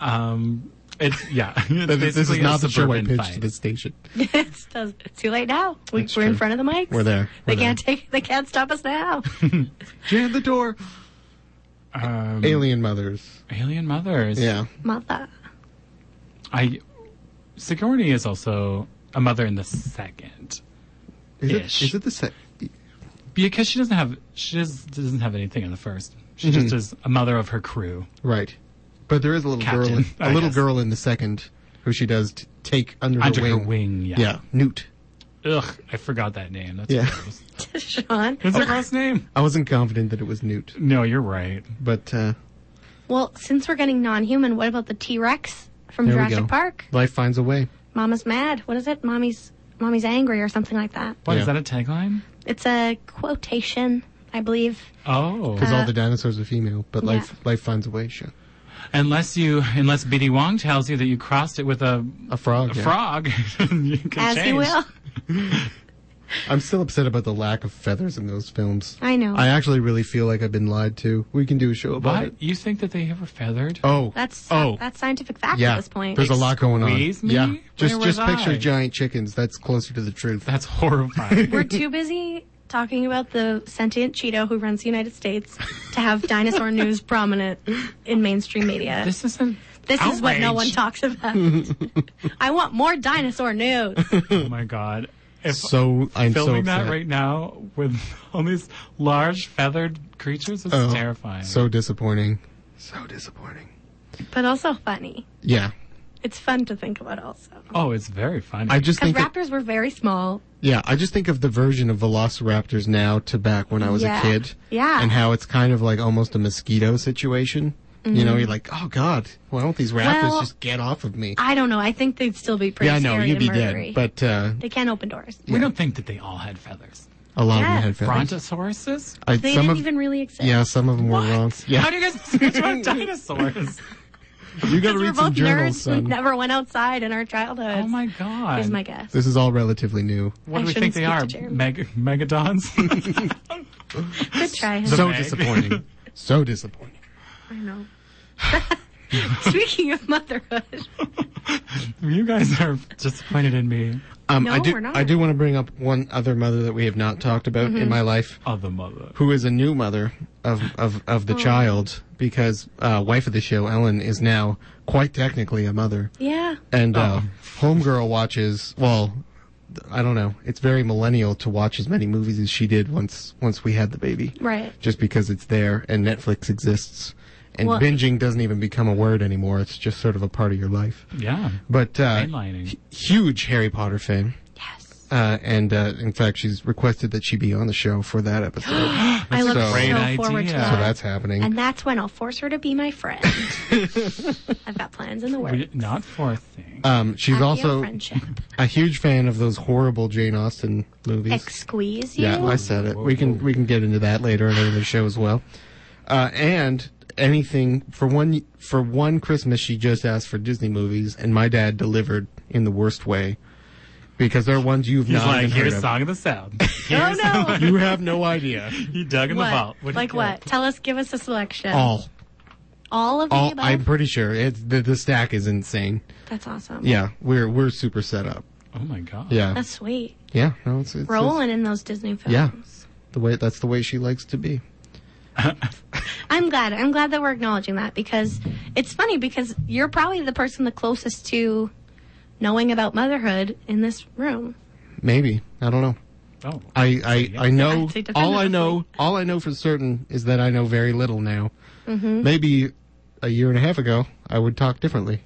Speaker 1: Um. It's yeah. (laughs) It's
Speaker 2: this is
Speaker 1: basically a
Speaker 2: not the show i
Speaker 1: suburban
Speaker 2: pitched
Speaker 1: fight.
Speaker 2: to this station
Speaker 3: (laughs) it's, does- it's too late now. We, we're
Speaker 2: That's
Speaker 3: in
Speaker 2: true.
Speaker 3: front of the mics.
Speaker 2: We're there.
Speaker 3: They
Speaker 2: We're
Speaker 3: can't take. They can't stop us
Speaker 2: (laughs)
Speaker 3: now.
Speaker 2: jam the door
Speaker 1: Um,
Speaker 2: alien mothers
Speaker 1: alien mothers.
Speaker 2: yeah
Speaker 3: Mother.
Speaker 1: I Sigourney is also a mother in the second
Speaker 2: is
Speaker 1: Ish.
Speaker 2: it is it the set
Speaker 1: because she doesn't have she just doesn't have anything in the first. She just
Speaker 2: Mm-hmm.
Speaker 1: is a mother of her crew.
Speaker 2: right but there is a little girl
Speaker 1: Captain, Oh,
Speaker 2: in,
Speaker 1: I
Speaker 2: a little
Speaker 1: guess.
Speaker 2: girl in the second who she does t- take under her
Speaker 1: Under her
Speaker 2: wing
Speaker 1: wing, yeah.
Speaker 2: yeah newt
Speaker 1: Ugh, I forgot that name. That's
Speaker 2: Yeah.
Speaker 1: gross.
Speaker 3: Sean.
Speaker 1: It's a gross name.
Speaker 2: I wasn't confident that it was Newt,
Speaker 1: No, you're right.
Speaker 2: but uh,
Speaker 3: Well, since we're getting non-human, what about the T-Rex from
Speaker 2: there we
Speaker 3: Jurassic
Speaker 2: go.
Speaker 3: Park?
Speaker 2: Life finds a way.
Speaker 3: Mama's mad. What is it? Mommy's mommy's angry or something like that.
Speaker 1: What is
Speaker 2: Yeah.
Speaker 1: that a tagline?
Speaker 3: It's a quotation, I believe.
Speaker 1: Oh,
Speaker 2: Because all the dinosaurs are female, but
Speaker 3: Uh, yeah.
Speaker 2: life life finds a way. Sure.
Speaker 1: unless you, unless Biddy Wong tells you that you crossed it with a,
Speaker 2: A frog.
Speaker 1: a
Speaker 2: yeah.
Speaker 1: frog, (laughs) you can
Speaker 3: As
Speaker 1: change.
Speaker 3: you will. (laughs)
Speaker 2: I'm still upset about the lack of feathers in those films.
Speaker 3: I know.
Speaker 2: I actually really feel like I've been lied to. We can do a show about it.
Speaker 1: What? You think that they ever feathered?
Speaker 2: Oh,
Speaker 3: That's
Speaker 2: oh,
Speaker 3: that's scientific fact
Speaker 2: yeah.
Speaker 3: at this point.
Speaker 2: There's a lot going on.
Speaker 1: Excuse me?
Speaker 2: Yeah,
Speaker 1: Where
Speaker 2: just
Speaker 1: was
Speaker 2: just picture
Speaker 1: I?
Speaker 2: giant chickens. That's closer to the truth.
Speaker 1: That's horrifying.
Speaker 2: (laughs)
Speaker 3: We're too busy talking about the sentient Cheeto who runs the United States
Speaker 2: (laughs)
Speaker 3: to have dinosaur news prominent in mainstream media. This,
Speaker 1: this isn't.
Speaker 3: is what no one
Speaker 1: outrage.
Speaker 3: talks about.
Speaker 2: (laughs)
Speaker 3: I want more dinosaur news.
Speaker 1: Oh my god! If
Speaker 2: so I'm so
Speaker 1: filming
Speaker 2: upset.
Speaker 1: that right now with (laughs) all these large feathered creatures is
Speaker 2: Oh,
Speaker 1: terrifying.
Speaker 2: So disappointing. So disappointing.
Speaker 3: But also funny.
Speaker 2: Yeah,
Speaker 3: It's fun to think about also.
Speaker 1: oh, it's very funny.
Speaker 2: I just
Speaker 3: Because
Speaker 2: think. of-
Speaker 3: raptors were very small.
Speaker 2: yeah, I just think of the version of Velociraptors now to back when I was
Speaker 3: Yeah.
Speaker 2: a kid.
Speaker 3: Yeah.
Speaker 2: and how it's kind of like almost a mosquito situation. You know, you're like, oh god, why don't these raptors
Speaker 3: Mm-hmm. Well,
Speaker 2: just get off of me?
Speaker 3: I don't know. I think they'd still be pretty
Speaker 2: yeah, I know
Speaker 3: scary
Speaker 2: you'd be
Speaker 3: and
Speaker 2: dead,
Speaker 3: murdery.
Speaker 2: but uh,
Speaker 3: they can't open doors.
Speaker 1: we don't think that they all had feathers.
Speaker 2: a lot
Speaker 3: Yeah.
Speaker 2: of them had feathers.
Speaker 1: Brontosauruses?
Speaker 2: I,
Speaker 3: They
Speaker 2: some
Speaker 3: didn't
Speaker 2: of,
Speaker 3: even really exist.
Speaker 2: yeah, some of them were
Speaker 1: What?
Speaker 2: wrong. Yeah,
Speaker 1: How do you guys (laughs) switch
Speaker 3: (laughs)
Speaker 1: on dinosaurs?
Speaker 2: You gotta
Speaker 3: Because we're
Speaker 2: read
Speaker 3: both
Speaker 2: some journals,
Speaker 3: nerds
Speaker 2: son.
Speaker 3: who never went outside in our childhood.
Speaker 1: Oh my god.
Speaker 3: Is my guess.
Speaker 2: This is all relatively new.
Speaker 1: what
Speaker 3: I
Speaker 1: do we think
Speaker 3: shouldn't
Speaker 1: they
Speaker 3: speak
Speaker 1: are?
Speaker 3: to Jeremy.
Speaker 1: Meg- megadons? (laughs)
Speaker 3: Good try. Hannah.
Speaker 2: so
Speaker 1: mag.
Speaker 2: disappointing. so disappointing.
Speaker 3: I know. (laughs) Speaking of motherhood,
Speaker 1: you guys are disappointed in me.
Speaker 2: Um,
Speaker 3: No,
Speaker 2: I do.
Speaker 3: we're not. Mm-hmm.
Speaker 2: I do want to bring up one other mother that we have not talked about in my life,
Speaker 1: Other mother.
Speaker 2: who is a new mother of of of the
Speaker 3: Oh.
Speaker 2: child because uh, wife of the show Ellen is now quite technically a mother,
Speaker 3: yeah,
Speaker 2: and uh,
Speaker 3: Oh.
Speaker 2: Homegirl watches. Well, I don't know. It's very millennial to watch as many movies as she did once once we had the baby.
Speaker 3: right.
Speaker 2: just because it's there and Netflix exists. And
Speaker 3: Well-
Speaker 2: binging doesn't even become a word anymore. It's just sort of a part of your life.
Speaker 1: Yeah.
Speaker 2: But uh,
Speaker 1: Mainlining.
Speaker 2: hu- huge Harry Potter fan.
Speaker 3: Yes,
Speaker 2: Uh, and uh, in fact, she's requested that she be on the show for that episode.
Speaker 3: (gasps) I look
Speaker 2: a
Speaker 3: so
Speaker 2: great
Speaker 3: forward
Speaker 1: idea. So
Speaker 3: to that.
Speaker 2: so that's happening.
Speaker 3: and that's when I'll force her to be
Speaker 2: (laughs)
Speaker 3: my friend. I've got plans in the works.
Speaker 1: We, not for a thing.
Speaker 2: um, she's
Speaker 3: Happy
Speaker 2: also (laughs)
Speaker 3: friendship.
Speaker 2: a huge fan of those horrible Jane Austen movies.
Speaker 3: Exqueeze you.
Speaker 2: Yeah, I said it. we can we can get into that later in another show as well. Uh, and anything for one for one Christmas, she just asked for Disney movies, and my dad delivered in the worst way because there are ones you've
Speaker 1: He's
Speaker 2: not
Speaker 1: like,
Speaker 2: even heard
Speaker 1: here's
Speaker 2: of.
Speaker 1: Song of the
Speaker 2: (laughs)
Speaker 1: South.
Speaker 3: oh no!
Speaker 2: You have no idea.
Speaker 1: you dug in the vault. What'd
Speaker 3: what?
Speaker 1: you
Speaker 3: Like
Speaker 1: get?
Speaker 3: what? Tell us. Give us a selection.
Speaker 2: All,
Speaker 3: All of the
Speaker 2: all.
Speaker 3: above.
Speaker 2: I'm pretty sure it's the the stack is insane.
Speaker 3: That's awesome.
Speaker 2: Yeah, we're we're super set up.
Speaker 1: Oh my god.
Speaker 2: Yeah,
Speaker 3: That's sweet.
Speaker 2: yeah. No, it's, it's,
Speaker 3: Rolling in those Disney films.
Speaker 2: Yeah. the way that's the way she likes to be.
Speaker 3: I'm glad. I'm glad that we're acknowledging that because it's funny because you're probably the person the closest to knowing about motherhood in this room.
Speaker 2: Maybe I don't know.
Speaker 1: Oh.
Speaker 2: I, I, I know
Speaker 3: I'd say
Speaker 2: all I
Speaker 3: definitively.
Speaker 2: know all I know for certain is that I know very little now.
Speaker 3: Mm-hmm.
Speaker 2: Maybe a year and a half ago I would talk differently,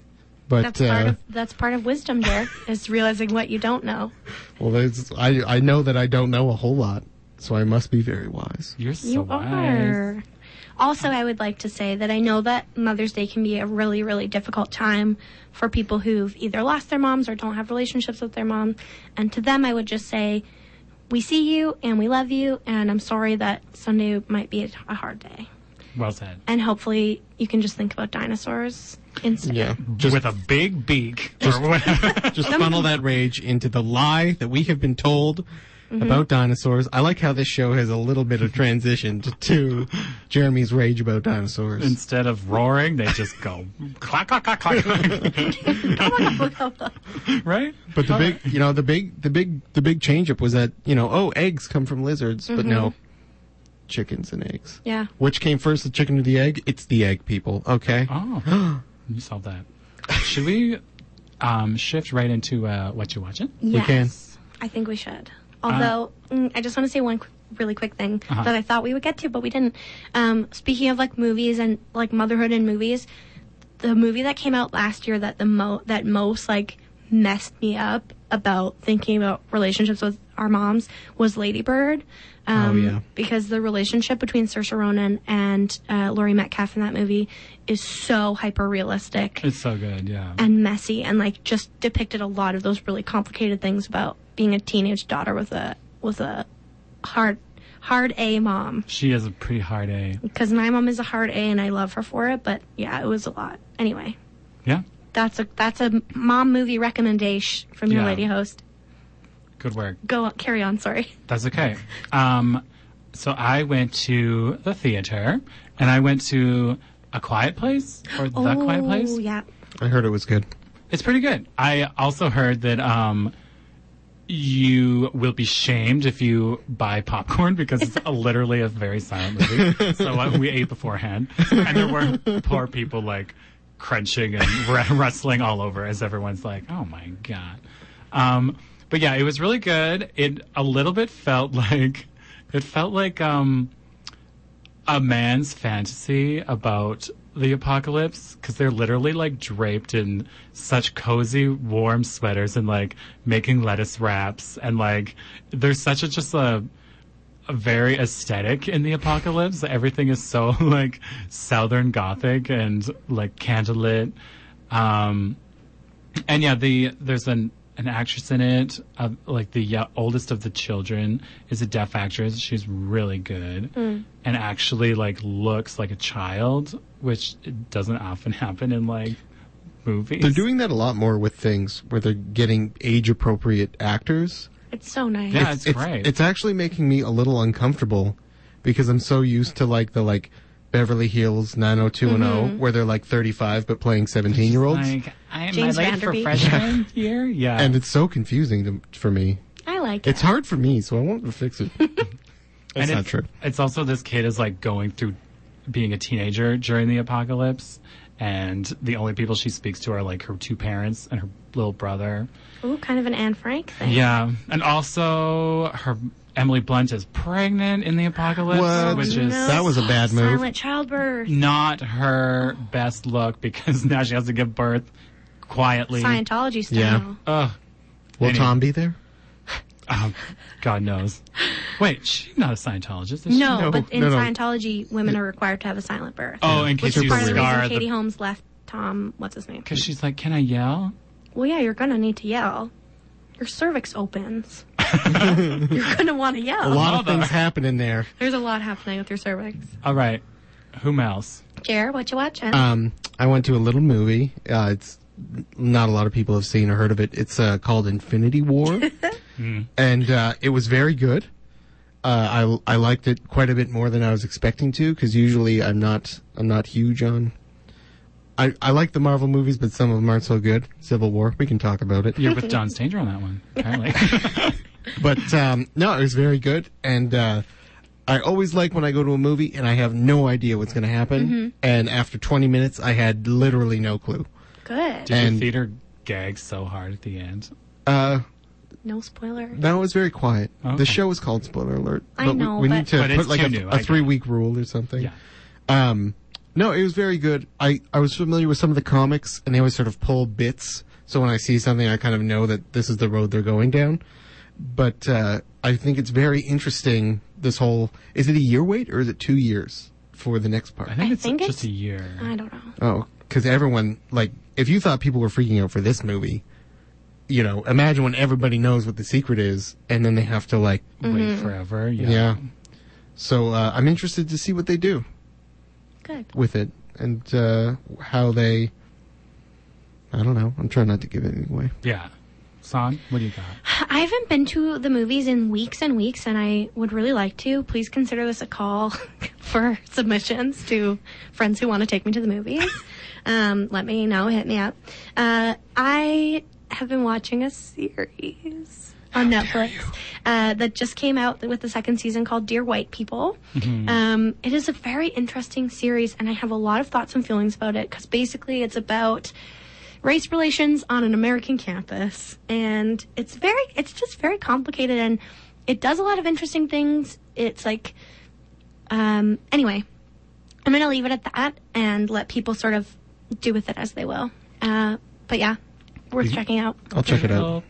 Speaker 2: but
Speaker 3: That's
Speaker 2: uh,
Speaker 3: part of that's part of wisdom. There is realizing what you don't know.
Speaker 2: well, there's, I I know that I don't know a whole lot, so I must be very wise.
Speaker 1: You're so
Speaker 3: You
Speaker 1: wise.
Speaker 3: are. Also, I would like to say that I know that Mother's Day can be a really, really difficult time for people who've either lost their moms or don't have relationships with their mom. And to them, I would just say, we see you and we love you, and I'm sorry that Sunday might be a a hard day.
Speaker 1: Well said.
Speaker 3: and hopefully you can just think about dinosaurs instead.
Speaker 2: Yeah, just
Speaker 1: With a big beak or whatever.
Speaker 2: just funnel that rage into the lie that we have been told.
Speaker 3: Mm-hmm.
Speaker 2: About dinosaurs, I like how this show has a little bit of transition to Jeremy's rage about dinosaurs.
Speaker 1: (laughs) Instead of roaring, they just go (laughs) clack, clack, clack, clack, clack. (laughs) right?
Speaker 2: But the
Speaker 1: All
Speaker 2: big,
Speaker 1: right.
Speaker 2: you know, the big, the big, the big changeup was that you know, oh, eggs come from lizards, but no, chickens and eggs.
Speaker 3: Mm-hmm. Yeah.
Speaker 2: Which came first, the chicken or the egg? It's the egg, people. Okay.
Speaker 1: Oh, (gasps) you solved that. Should we um, shift right into uh, what you're watching?
Speaker 3: Yes,
Speaker 2: can.
Speaker 3: I think we should. Although mm, I just want to say one qu- really quick thing that I thought we would get to, but we didn't. Um, speaking of like movies and like motherhood and movies, the movie that came out last year that the mo that most like messed me up about thinking about relationships with our moms was Ladybird. Um,
Speaker 2: yeah.
Speaker 3: Because the relationship between Saoirse Ronan and uh, Laurie Metcalf in that movie is so hyper realistic
Speaker 1: It's so good, yeah.
Speaker 3: and messy and like just depicted a lot of those really complicated things about being a teenage daughter with a with a hard hard A mom
Speaker 1: She is a pretty hard A.
Speaker 3: because my mom is a hard A and I love her for it but yeah it was a lot anyway
Speaker 1: Yeah,
Speaker 3: that's a that's a mom movie recommendation from your
Speaker 1: Yeah.
Speaker 3: lady host
Speaker 1: good work.
Speaker 3: go on, carry on sorry
Speaker 1: That's okay. Um, so I went to the theater and I went to A Quiet Place or The Quiet Place.
Speaker 3: oh yeah
Speaker 2: I heard it was good.
Speaker 1: It's pretty good. I also heard that um, you will be shamed if you buy popcorn because it's a, literally a very silent movie. so uh, we ate beforehand, and there were poor people like crunching and (laughs) r- rustling all over as everyone's like, "Oh my god." Um, but yeah, it was really good. It a little bit felt (laughs) like it felt like um, a man's fantasy about the apocalypse because they're literally like draped in such cozy warm sweaters and like making lettuce wraps and like there's such a just a, a very aesthetic in the apocalypse everything is so (laughs) like southern gothic and like candlelit um and yeah the there's an an actress in it uh, like the yeah, oldest of the children is a deaf actress she's really good
Speaker 3: Mm.
Speaker 1: and actually like looks like a child which doesn't often (laughs) happen in like movies
Speaker 2: They're doing that a lot more with things where they're getting age appropriate actors.
Speaker 3: it's so nice
Speaker 1: yeah it's, great
Speaker 2: It's actually making me a little uncomfortable because I'm so used to like the like Beverly Hills 90210 where they're like 35 but playing 17 year olds.
Speaker 1: Mm-hmm. like i'm
Speaker 3: James
Speaker 1: late for
Speaker 3: Vanderbeek. (laughs)
Speaker 1: freshman year yeah
Speaker 2: and it's so confusing to, for me.
Speaker 3: I like
Speaker 2: It's
Speaker 3: it
Speaker 2: hard for me, so I wanted to
Speaker 1: (laughs)
Speaker 2: fix it. That's
Speaker 1: And
Speaker 2: not true.
Speaker 1: It's also this kid is like going through being a teenager during the apocalypse, and the only people she speaks to are like her two parents and her little brother.
Speaker 3: Ooh, kind of an Anne Frank thing
Speaker 1: Yeah, and also her Emily Blunt is pregnant in the apocalypse,
Speaker 2: What?
Speaker 1: which is
Speaker 3: No.
Speaker 2: That was a bad move.
Speaker 3: silent childbirth
Speaker 1: not her best look because (laughs) now she has to give birth quietly.
Speaker 3: Scientology style
Speaker 2: Yeah.
Speaker 1: Ugh,
Speaker 2: Will
Speaker 1: Anyway.
Speaker 2: Tom be there?
Speaker 1: oh, God knows. Wait, she's not a Scientologist, is she?
Speaker 3: No,
Speaker 2: No,
Speaker 3: but in
Speaker 2: no, no.
Speaker 3: Scientology, women are required to have a silent birth.
Speaker 1: Oh, in
Speaker 3: which
Speaker 1: case
Speaker 3: is
Speaker 1: you
Speaker 3: part of the
Speaker 1: scar
Speaker 3: reason Katie Holmes left Tom. What's his name?
Speaker 1: because she's like, can I yell?
Speaker 3: Well, yeah, you're gonna need to yell. Your
Speaker 2: (laughs)
Speaker 3: cervix opens. you're gonna want to yell.
Speaker 2: A lot of
Speaker 1: Mother.
Speaker 2: things happen in there.
Speaker 3: There's a lot happening with your cervix.
Speaker 1: All right, whom else?
Speaker 3: Jer, what you watching?
Speaker 2: Um, I went to a little movie. Uh, it's not a lot of people have seen or heard of it. It's uh, called Infinity War, and uh, it was very good. Uh, I I liked it quite a bit more than I was expecting to because usually I'm not I'm not huge on. I I like the Marvel movies, but some of them aren't so good. Civil War, we can talk about it.
Speaker 3: (laughs)
Speaker 1: You're with John Stanger on that one, apparently.
Speaker 2: But um, no, it was very good, and uh, I always like when I go to a movie and I have no idea what's going to happen. And after 20 minutes, I had literally no clue.
Speaker 3: Good.
Speaker 1: Did
Speaker 2: And-
Speaker 1: the theater gag so hard at the end?
Speaker 2: Uh,
Speaker 3: No spoiler.
Speaker 2: that was very quiet.
Speaker 1: Oh, Okay.
Speaker 2: The show is called Spoiler Alert.
Speaker 3: I
Speaker 2: but
Speaker 3: know,
Speaker 2: we, we
Speaker 3: but-
Speaker 2: need to
Speaker 1: But it's
Speaker 2: put like
Speaker 1: too
Speaker 2: a,
Speaker 1: new, I
Speaker 2: a
Speaker 1: get it.
Speaker 2: three week rule or something.
Speaker 1: Yeah.
Speaker 2: Um, no, it was very good. I, I was familiar with some of the comics, and they always sort of pull bits. So when I see something, I kind of know that this is the road they're going down. But uh, I think it's very interesting. This whole is it a year wait or is it two years for the next part?
Speaker 1: I think
Speaker 3: I
Speaker 1: it's
Speaker 3: think
Speaker 1: just
Speaker 3: it's-
Speaker 1: a year.
Speaker 3: I don't know.
Speaker 2: Oh, because everyone like if you thought people were freaking out for this movie, you know, imagine when everybody knows what the secret is, and then they have to like
Speaker 3: Mm-hmm.
Speaker 1: Wait forever. Yeah.
Speaker 2: yeah. So uh, I'm interested to see what they do
Speaker 3: Good.
Speaker 2: with it and uh, how they. I don't know. I'm trying not to give anything away.
Speaker 1: Yeah. Son, what do you got?
Speaker 3: (sighs) I haven't been to the movies in weeks and weeks, and I would really like to. Please consider this a call (laughs) for submissions to friends who want to take me to the movies. um, let me know. Hit me up. Uh, I have been watching a series on Netflix uh, that just came out with the second season called Dear White People. Um, it is a very interesting series, and I have a lot of thoughts and feelings about it because basically it's about race relations on an American campus. And it's very, it's just very complicated and it does a lot of interesting things. It's like, um, anyway, I'm going to leave it at that and let people sort of do with it as they will. Uh, but yeah, worth checking out.
Speaker 2: I'll check it out.
Speaker 1: Well,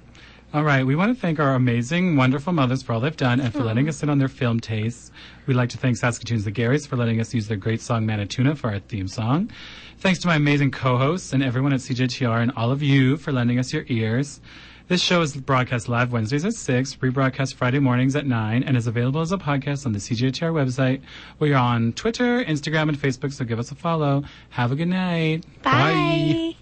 Speaker 1: All right, we want to thank our amazing, wonderful mothers for all they've done and for letting us in on their film tastes. We'd like to thank Saskatoon's The Garys for letting us use their great song Manitouna for our theme song. Thanks to my amazing co-hosts and everyone at CJTR and all of you for lending us your ears. This show is broadcast live Wednesdays at 6, rebroadcast Friday mornings at 9, and is available as a podcast on the CJTR website. We are on Twitter, Instagram, and Facebook, so give us a follow. Have a good night.
Speaker 3: Bye.